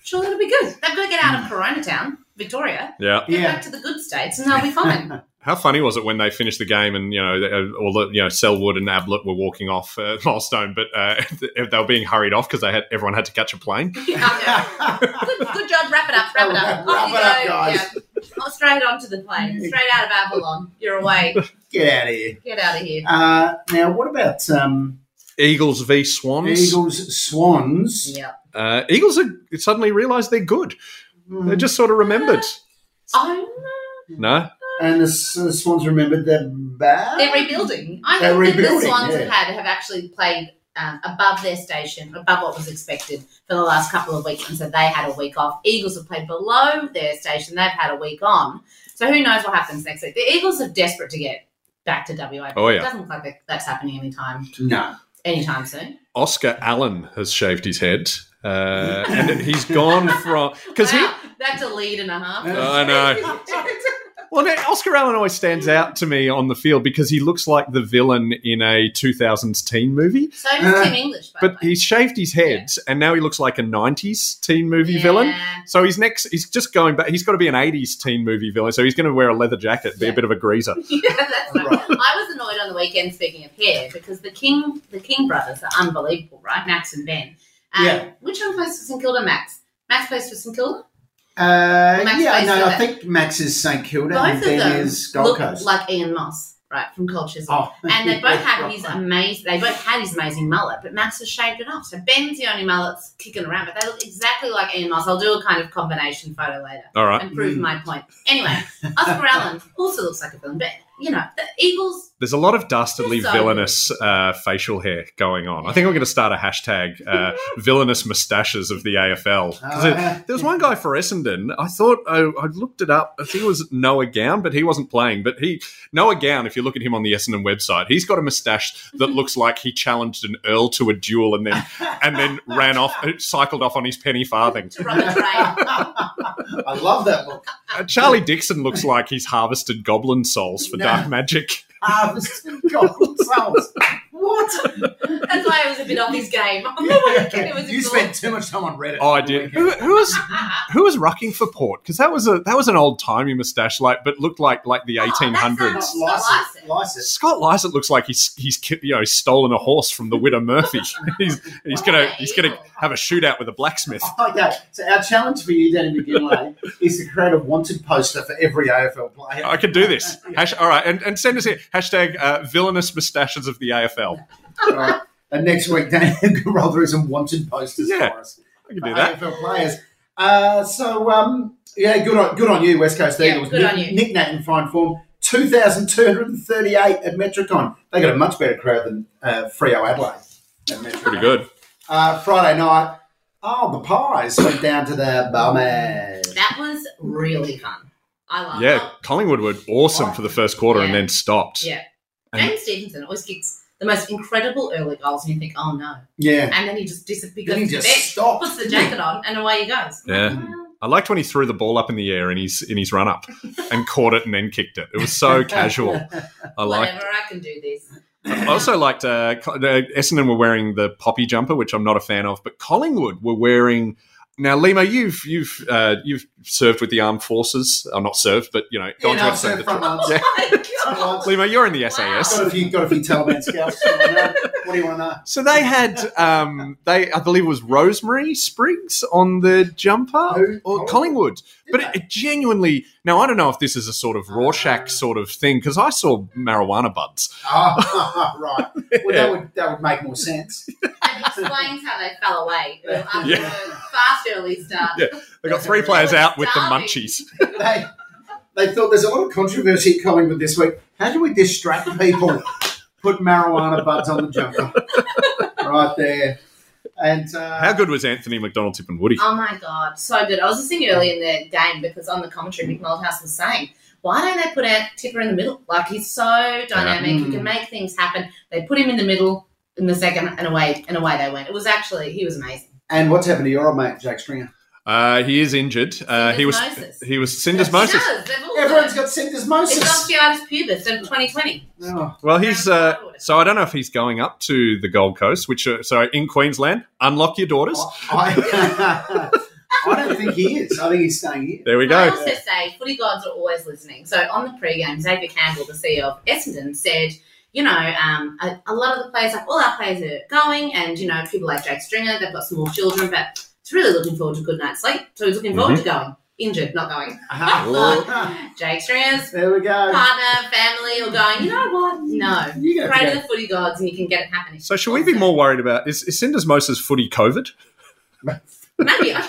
Speaker 9: sure it'll be good. They've got to get out of Corona Town, Victoria,
Speaker 10: Yeah.
Speaker 9: get
Speaker 8: Yeah.
Speaker 9: back to the good states, and they'll be fine.
Speaker 10: How funny was it when they finished the game and you know they- uh, all the, you know Selwood and Ablett were walking off uh, *laughs* milestone, but uh, *laughs* they were being hurried off because they had everyone had to catch a plane.
Speaker 9: Yeah. good, good job. Wrap it up. Wrap it up.
Speaker 8: Wrap
Speaker 9: Off you
Speaker 8: it up,
Speaker 9: go.
Speaker 8: guys.
Speaker 9: Yeah. Oh, straight onto the plane. Straight out of Avalon. You're away.
Speaker 8: Get out of here.
Speaker 9: Get out of here.
Speaker 8: Uh, now, what about um,
Speaker 10: Eagles v Swans.
Speaker 8: Eagles Swans?
Speaker 9: Yeah.
Speaker 10: Uh, Eagles are, suddenly realised they're good.
Speaker 8: Hmm.
Speaker 10: They just sort of remembered.
Speaker 9: Oh,
Speaker 10: No,
Speaker 8: And the S- the Swans remembered they're bad.
Speaker 9: they're rebuilding. I
Speaker 8: They're
Speaker 9: think that the
Speaker 8: rebuilding,
Speaker 9: Swans
Speaker 8: yeah.
Speaker 9: have had have actually played um, above their station, above what was expected for the last couple of weeks, and so they had a week off. Eagles have played below their station; they've had a week on. So who knows what happens next week? The Eagles are desperate to get back to WA.
Speaker 10: Oh, yeah.
Speaker 9: It doesn't look like that- that's happening anytime
Speaker 8: No.
Speaker 9: anytime soon.
Speaker 10: Oscar Allen has shaved his head, uh, and he's gone from because he.
Speaker 9: wow, that's a lead and a half. *laughs*
Speaker 10: I know. Well, no, Oscar Allen always stands out to me on the field because he looks like the villain in a 2000s teen movie.
Speaker 9: so does Tim English, by
Speaker 10: But
Speaker 9: the way.
Speaker 10: he's shaved his head, and now he looks like a '90s teen movie
Speaker 9: Yeah.
Speaker 10: villain. So he's next. He's just going back. He's got to be an '80s teen movie villain. So he's going to wear a leather jacket, be a bit of a greaser.
Speaker 9: *laughs* yeah, that's right. I was annoyed on the weekend. Speaking of hair, because the King, the King brothers are unbelievable, right? Max and Ben. Um,
Speaker 8: Yeah.
Speaker 9: Which one plays for St Kilda? Max. Max plays for St Kilda.
Speaker 8: Uh,
Speaker 9: Max
Speaker 8: yeah,
Speaker 9: plays
Speaker 8: no,
Speaker 9: for
Speaker 8: I
Speaker 9: that.
Speaker 8: think Max is St Kilda
Speaker 9: Both
Speaker 8: and
Speaker 9: of
Speaker 8: Ben
Speaker 9: them
Speaker 8: is Gold
Speaker 9: look
Speaker 8: Coast.
Speaker 9: like Ian Moss, right, from Cultures.
Speaker 8: oh.
Speaker 9: And they both have
Speaker 8: Right.
Speaker 9: his amazing. They both had his amazing mullet, but Max has shaved it off. So Ben's the only mullet kicking around, but they look exactly like Ian Moss. I'll do a kind of combination photo later.
Speaker 10: All right.
Speaker 9: and prove
Speaker 8: Mm.
Speaker 9: my point.
Speaker 8: *laughs*
Speaker 9: Anyway, Oscar Allen also looks like a villain, but you know, the Eagles.
Speaker 10: There's a lot of dastardly
Speaker 9: So-
Speaker 10: villainous uh, facial hair going on. I think we're going to start a hashtag uh, villainous mustaches of the AFL. 'Cause it-
Speaker 8: Uh,
Speaker 10: there was one guy for Essendon. I thought I, I looked it up. I think it was Noah Gown, but he wasn't playing. But he Noah Gown, if you look at him on the Essendon website, he's got a moustache that looks like he challenged an earl to a duel and then and then ran off, uh, cycled off on his penny farthing.
Speaker 9: To rob a
Speaker 8: *laughs*
Speaker 9: train.
Speaker 8: I love that
Speaker 9: *laughs*
Speaker 8: look.
Speaker 10: Uh, Charlie Dixon looks like he's harvested goblin souls for
Speaker 8: No.
Speaker 10: dark magic.
Speaker 9: Ah,
Speaker 8: Harvest and Gold *laughs* Souls.
Speaker 9: Oh
Speaker 8: What?
Speaker 9: That's why I was a bit off his game. *laughs* On the weekend, it was
Speaker 8: you spent too much time on Reddit.
Speaker 10: Oh, I did. Who, who was who was rucking for Port? Because that was a that was an old timey moustache, like but looked like like the
Speaker 9: that
Speaker 10: eighteen hundreds.
Speaker 9: sounds-
Speaker 8: Lysis.
Speaker 9: Lysis.
Speaker 8: Lysis.
Speaker 10: Scott Lysett looks like he's he's ki- you know stolen a horse from the widow Murphy. *laughs* he's he's gonna he's gonna have a shootout with a blacksmith.
Speaker 8: Okay, Oh, so our challenge for you, Danny McGinley, *laughs* is to create a wanted poster for every AFL player.
Speaker 10: I could do this. Hash, all right, and, and send us here hashtag uh, villainous moustaches of the AFL.
Speaker 8: All right. And next week, Danny *laughs* can roll through some wanted posters
Speaker 10: Yeah,
Speaker 8: for us.
Speaker 10: I can do
Speaker 8: for
Speaker 10: that.
Speaker 8: AFL players. Uh, so, um, yeah, good on, good on you, West Coast
Speaker 9: Yeah,
Speaker 8: Eagles.
Speaker 9: good on you.
Speaker 8: Nick Nat in fine form. 2,238 at Metricon. They got a much better crowd than uh, Frio Adelaide. At Metricon.
Speaker 10: Pretty good.
Speaker 8: Uh, Friday night, oh, the Pies went down to the Bummers.
Speaker 9: That was really fun. I love.
Speaker 10: Yeah, Collingwood were awesome for the first quarter and
Speaker 9: Yeah.
Speaker 10: then stopped.
Speaker 9: Yeah. James Stevenson always kicks the most incredible early goals, and you think, oh no.
Speaker 8: Yeah.
Speaker 9: And then he just disappears.
Speaker 8: Then he
Speaker 9: to
Speaker 8: just
Speaker 9: bed,
Speaker 8: stopped,
Speaker 9: Puts the
Speaker 8: didn't he?
Speaker 9: jacket on, and away he goes.
Speaker 10: Yeah.
Speaker 9: Well,
Speaker 10: I liked when he threw the ball up in the air in his in his run up and caught it and then kicked it. It
Speaker 8: *laughs*
Speaker 10: was so casual. I liked.
Speaker 9: whatever, I can do
Speaker 10: *laughs*
Speaker 9: this.
Speaker 10: I also liked. Uh, Co- uh, Essendon were wearing the poppy jumper, which I'm not a fan of, but Collingwood were wearing. Now, Lima, you've you've uh, you've served with the armed forces. I'm not served, but you know, gone
Speaker 8: no, I've
Speaker 10: to represent
Speaker 8: served
Speaker 10: the
Speaker 8: front
Speaker 10: tri-
Speaker 8: lines.
Speaker 10: Yeah.
Speaker 9: Oh,
Speaker 8: *laughs*
Speaker 10: Lima, you're in the SAS.
Speaker 8: Got a few, got a few Taliban scouts. *laughs* you know. What do you
Speaker 10: *laughs*
Speaker 8: want to know?
Speaker 10: So they had, um, they I believe it was Rosemary Spriggs on the jumper
Speaker 8: Who?
Speaker 10: or Collingwood, but it, it genuinely. Now I don't know if this is a sort of Rorschach sort of thing because I saw marijuana buds.
Speaker 8: Ah, *laughs* right. Well,
Speaker 10: Yeah.
Speaker 8: that would that would make more sense.
Speaker 9: God.
Speaker 8: *laughs*
Speaker 9: It explains how they fell away after
Speaker 10: Yeah.
Speaker 9: a fast early start.
Speaker 10: Yeah. They got three players out with the
Speaker 9: Darling.
Speaker 10: munchies.
Speaker 8: They they thought there's a lot of controversy at Collingwood this week. How do we distract people? Put marijuana buds on the jumper, right there, and uh,
Speaker 10: How good was Anthony McDonald Tip and Woody?
Speaker 9: Oh my god, so good! I was listening early in the game because on the commentary, Mick Moldhouse was saying, "Why don't they put out Tipper in the middle? Like he's so dynamic, he
Speaker 10: Mm.
Speaker 9: can make things happen." They put him in the middle in the second, and away and away they went. It was actually he was amazing.
Speaker 8: And what's happened to your old mate Jack Stringer?
Speaker 10: Uh, he is injured. Uh, he was
Speaker 9: Syndesmosis.
Speaker 10: he was syndesmosis.
Speaker 9: It does, they've all
Speaker 8: Everyone's
Speaker 9: got
Speaker 8: got
Speaker 9: it's
Speaker 8: syndesmosis.
Speaker 9: osteitis pubis of 2020.
Speaker 8: Oh,
Speaker 10: Well, he's uh, so I don't know if he's going up to the Gold Coast, which uh, so in Queensland. Unlock your daughters.
Speaker 8: Oh, I, *laughs* I don't think he is. I think he's staying here.
Speaker 10: There we
Speaker 9: I
Speaker 10: go.
Speaker 9: also say footy gods are always listening. So on the pre-game, Xavier Campbell, the CEO of Essendon, said, you know, um, a, a lot of the players, like all our players are going, and you know, people like Jake Stringer, they've got small children, but it's really looking forward to good night's sleep. So he's looking forward
Speaker 10: Mhm.
Speaker 9: to going. Injured, not
Speaker 10: *laughs*
Speaker 9: going.
Speaker 10: Ah,
Speaker 9: *laughs* Jake Stringer's
Speaker 8: Ah, There we go.
Speaker 9: partner, family, or going. You know what? No,
Speaker 8: You go,
Speaker 9: pray to
Speaker 8: Jake.
Speaker 9: the footy gods, and you can get it happening.
Speaker 10: So should we be more worried about is, is syndesmosis footy COVID?
Speaker 9: Maybe I don't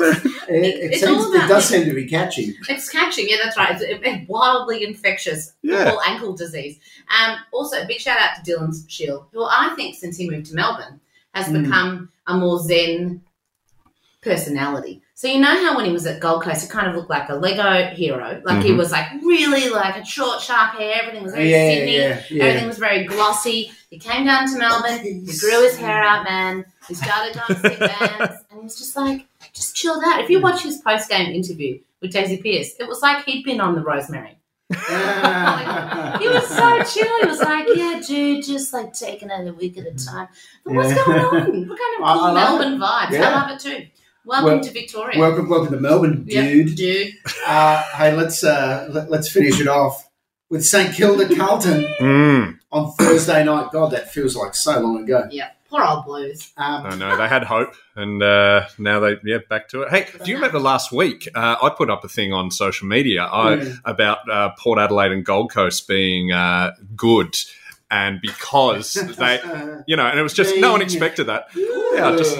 Speaker 9: know what's
Speaker 8: It, it,
Speaker 9: It's
Speaker 8: seems,
Speaker 9: all about-
Speaker 8: it does seem to be
Speaker 9: *laughs*
Speaker 8: catchy.
Speaker 9: It's catching, yeah, that's right. It's, it's wildly infectious,
Speaker 10: Yeah.
Speaker 9: all ankle disease. Um, also, big shout out to Dylan Shield, who I think since he moved to Melbourne has become a more zen personality. So you know how when he was at Gold Coast, he kind of looked like a Lego hero. Like he was like really like a short, sharp hair. Everything was very
Speaker 8: Mm-hmm. Yeah,
Speaker 9: Sydney.
Speaker 8: yeah, yeah.
Speaker 9: Everything was very glossy. He came down to Melbourne. He grew his hair out, man. He started
Speaker 8: *laughs*
Speaker 9: going to sit bands, and he was just like just chilled out. If you watch his post game interview with Daisy Pierce, it was like he'd been on the Rosemary.
Speaker 8: Ah.
Speaker 9: Like, he was so chill. He was like, "Yeah, dude, just like taking it a week at a time." But what's
Speaker 8: Mm-hmm. Yeah.
Speaker 9: going
Speaker 8: *laughs*
Speaker 9: on? What kind
Speaker 8: I-
Speaker 9: of
Speaker 8: I love
Speaker 9: cool Melbourne vibes?
Speaker 8: Yeah.
Speaker 9: I love it too. Welcome
Speaker 8: Well-
Speaker 9: to Victoria,
Speaker 8: Welcome, welcome to Melbourne,
Speaker 9: Yeah,
Speaker 8: dude.
Speaker 9: dude.
Speaker 8: Uh, hey, let's uh, let, let's finish it off with St Kilda Carlton
Speaker 10: Mm.
Speaker 8: on Thursday night. God, that feels like so long ago.
Speaker 9: Yeah, poor old Blues.
Speaker 10: I
Speaker 8: Um,
Speaker 10: know they had hope, and uh, now they yeah back to it. Hey, do you remember last week? Uh, I put up a thing on social media I,
Speaker 9: Hmm.
Speaker 8: Yeah.
Speaker 10: about uh, Port Adelaide and Gold Coast being uh, good, and because they,
Speaker 8: uh,
Speaker 10: you know, and it was just no one expected that. Uh, Yeah, just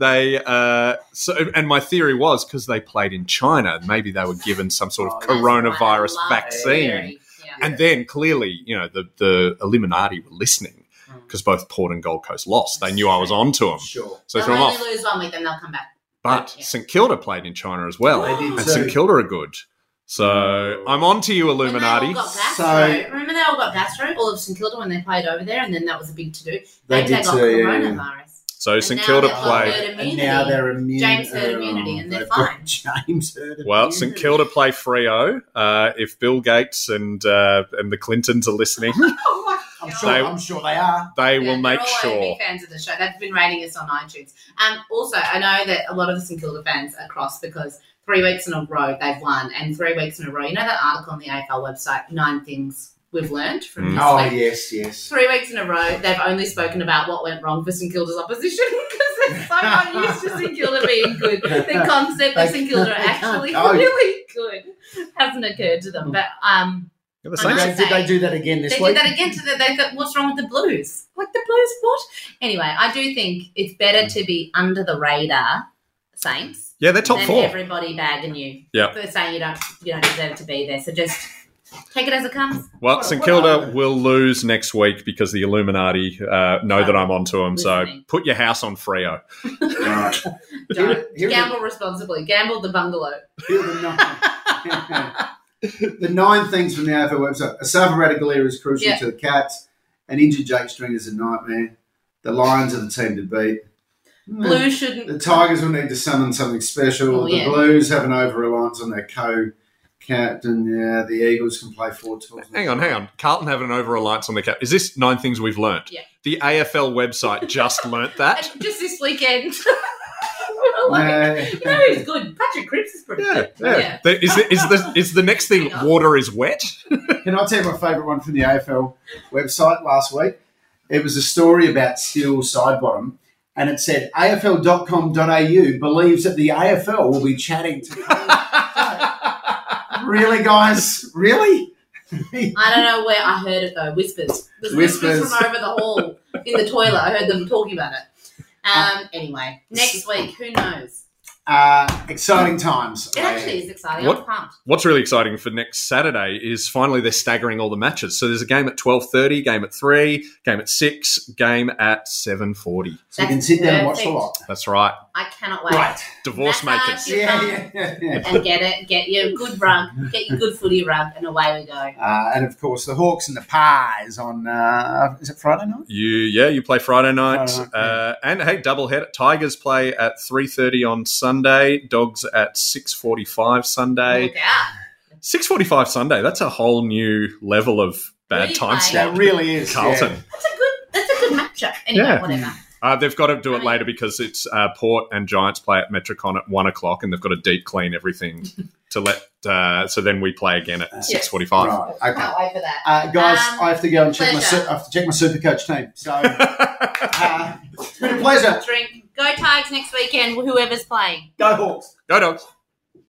Speaker 10: they. Uh, so, and my theory was because they played in China, maybe they were given some sort of
Speaker 9: That's why I
Speaker 10: coronavirus
Speaker 9: love
Speaker 10: vaccine.
Speaker 9: Victoria. Yeah.
Speaker 10: And then clearly, you know, the, the Illuminati were listening
Speaker 8: Mm.
Speaker 10: because both Port and Gold Coast lost. They knew I was on to them.
Speaker 8: sure.
Speaker 10: So they threw
Speaker 9: they'll
Speaker 10: them
Speaker 9: only
Speaker 10: off.
Speaker 9: lose one week, then they'll come back.
Speaker 10: But
Speaker 9: Yeah.
Speaker 10: St Kilda played in China as well.
Speaker 8: They did
Speaker 10: and
Speaker 8: too. Mm.
Speaker 10: St Kilda are good. So I'm on to you,
Speaker 9: When they
Speaker 10: Illuminati.
Speaker 9: all got
Speaker 8: So-
Speaker 9: gastro. Remember they all got gastro, all of St Kilda when they played over there, and then that was a big to do.
Speaker 8: They
Speaker 9: Maybe they
Speaker 8: did
Speaker 9: got
Speaker 8: too, yeah,
Speaker 9: coronavirus.
Speaker 10: So
Speaker 9: And
Speaker 10: St
Speaker 9: now
Speaker 10: Kilda
Speaker 9: they've got
Speaker 10: played.
Speaker 9: herd
Speaker 8: And now
Speaker 9: immunity.
Speaker 8: they're immune.
Speaker 9: James Herd
Speaker 8: oh,
Speaker 9: immunity, and they're
Speaker 8: they've got
Speaker 9: fine.
Speaker 8: James Herd.
Speaker 10: Well, St
Speaker 8: immunity.
Speaker 10: Kilda play Freo. Uh, if Bill Gates and uh, and the Clintons
Speaker 9: *laughs*
Speaker 10: are listening,
Speaker 9: Oh
Speaker 8: I'm sure.
Speaker 10: They-
Speaker 8: I'm sure they are.
Speaker 10: they
Speaker 9: Yeah,
Speaker 10: will make
Speaker 9: they're all
Speaker 10: sure.
Speaker 9: AMV fans of the show. They've been rating us on iTunes. Um, also, I know that a lot of the St Kilda fans are cross because three weeks in a row they've won, and three weeks in a row. You know that article on the AFL website, nine things we've learned
Speaker 10: Mm.
Speaker 9: from this
Speaker 8: Oh
Speaker 9: week?
Speaker 8: yes, yes.
Speaker 9: three weeks in a row, they've only spoken about what went wrong for St Kilda's opposition *laughs* because they're so unused to St Kilda being good. The concept of St Kilda are actually
Speaker 8: Oh.
Speaker 9: *laughs* really good hasn't occurred to them. But um,
Speaker 10: Yeah, the
Speaker 9: I
Speaker 10: Saints-
Speaker 9: know.
Speaker 8: They, did they do that again
Speaker 9: they
Speaker 8: this
Speaker 9: did
Speaker 8: week?
Speaker 9: that again. To the, they thought, what's wrong with the Blues? Like the Blues, what? Anyway, I do think it's better to be under the radar, Saints,
Speaker 10: yeah, they're top
Speaker 9: than
Speaker 10: four.
Speaker 9: everybody bagging you
Speaker 10: Yeah.
Speaker 9: for saying you don't you don't deserve to be there. So just take it as it comes.
Speaker 10: Well, St
Speaker 8: what
Speaker 10: Kilda
Speaker 8: happened?
Speaker 10: will lose next week because the Illuminati uh, know that I'm onto them. So
Speaker 9: Listening.
Speaker 10: put your house on Freo.
Speaker 8: Right.
Speaker 9: *laughs* Don't
Speaker 8: Here- here-
Speaker 9: gamble responsibly. Gamble the bungalow.
Speaker 8: Here are the nine. the nine things from the AFL website. Asafa Radaglia is crucial
Speaker 9: Yeah.
Speaker 8: to the Cats. An injured Jake Stringer's a nightmare. The Lions are the team to beat.
Speaker 9: Blue shouldn't.
Speaker 8: The Tigers will need to summon something special.
Speaker 9: Oh,
Speaker 8: the
Speaker 9: yeah.
Speaker 8: Blues have an over reliance on their co captain. Yeah, the Eagles can play four tools.
Speaker 10: Hang on, hang on. Carlton having an over reliance on the cap. Is this nine things we've learnt?
Speaker 9: Yeah.
Speaker 10: The AFL website just learnt
Speaker 9: *laughs*
Speaker 10: that.
Speaker 9: Just this weekend. *laughs*
Speaker 8: Yeah.
Speaker 9: like, you know who's good? Patrick Cripps is pretty
Speaker 10: Yeah,
Speaker 9: good.
Speaker 10: yeah. The- Is, the, is, the, is the next thing
Speaker 9: Hang on.
Speaker 10: water is wet?
Speaker 8: Can I tell you my favourite one from the AFL website last week? It was a story about Steel Sidebottom, and it said AFL.com.au believes that the AFL will be chatting to. *laughs* really, guys? Really?
Speaker 9: I don't know where I heard it though. Whispers. There's whispers.
Speaker 8: Whispers.
Speaker 9: from over the hall in the toilet. I heard them talking about it. Um, anyway, next week, who knows?
Speaker 8: Uh, exciting times.
Speaker 9: It actually is exciting.
Speaker 10: What?
Speaker 9: I'm pumped.
Speaker 10: What's really exciting for next Saturday is finally they're staggering all the matches. So there's a game at 12.30, game at 3, game at 6, game at 7.40.
Speaker 8: So you can sit down and watch the
Speaker 9: Perfect. *laughs*
Speaker 8: lot.
Speaker 10: That's right.
Speaker 9: I cannot wait.
Speaker 8: Right.
Speaker 10: Divorce
Speaker 9: Massage.
Speaker 10: makers.
Speaker 8: Yeah, yeah, yeah, yeah.
Speaker 9: And get it. Get your good rug. Get your good footy rug, and away we go.
Speaker 8: Uh, and of course, the Hawks and the Pies on, uh, is it Friday night?
Speaker 10: You yeah, you play Friday night,
Speaker 8: Friday night,
Speaker 10: uh, and hey, double header. Tigers play at three thirty on Sunday. Dogs at six forty five Sunday.
Speaker 9: Look out.
Speaker 10: Six forty five Sunday. That's a whole new level of bad
Speaker 9: Really?
Speaker 10: time slot.
Speaker 8: That really is. yeah.
Speaker 10: Carlton.
Speaker 9: That's a good. That's a good matchup. Anyway,
Speaker 10: Yeah.
Speaker 9: whatever.
Speaker 10: Uh, they've got to do it
Speaker 9: Right.
Speaker 10: later because it's uh, Port and Giants play at Metricon at one o'clock, and they've got to deep clean everything to let. Uh, so then we play again at six forty five.
Speaker 8: Right. Okay.
Speaker 9: Can't wait for that.
Speaker 8: Uh, guys,
Speaker 9: Um,
Speaker 8: I have to go and check my
Speaker 9: pleasure.
Speaker 8: su- I have to check my super coach team. So uh, it's been a pleasure.
Speaker 9: Drink. Go Tigers next weekend. Whoever's playing.
Speaker 8: Go Hawks.
Speaker 10: Go dogs.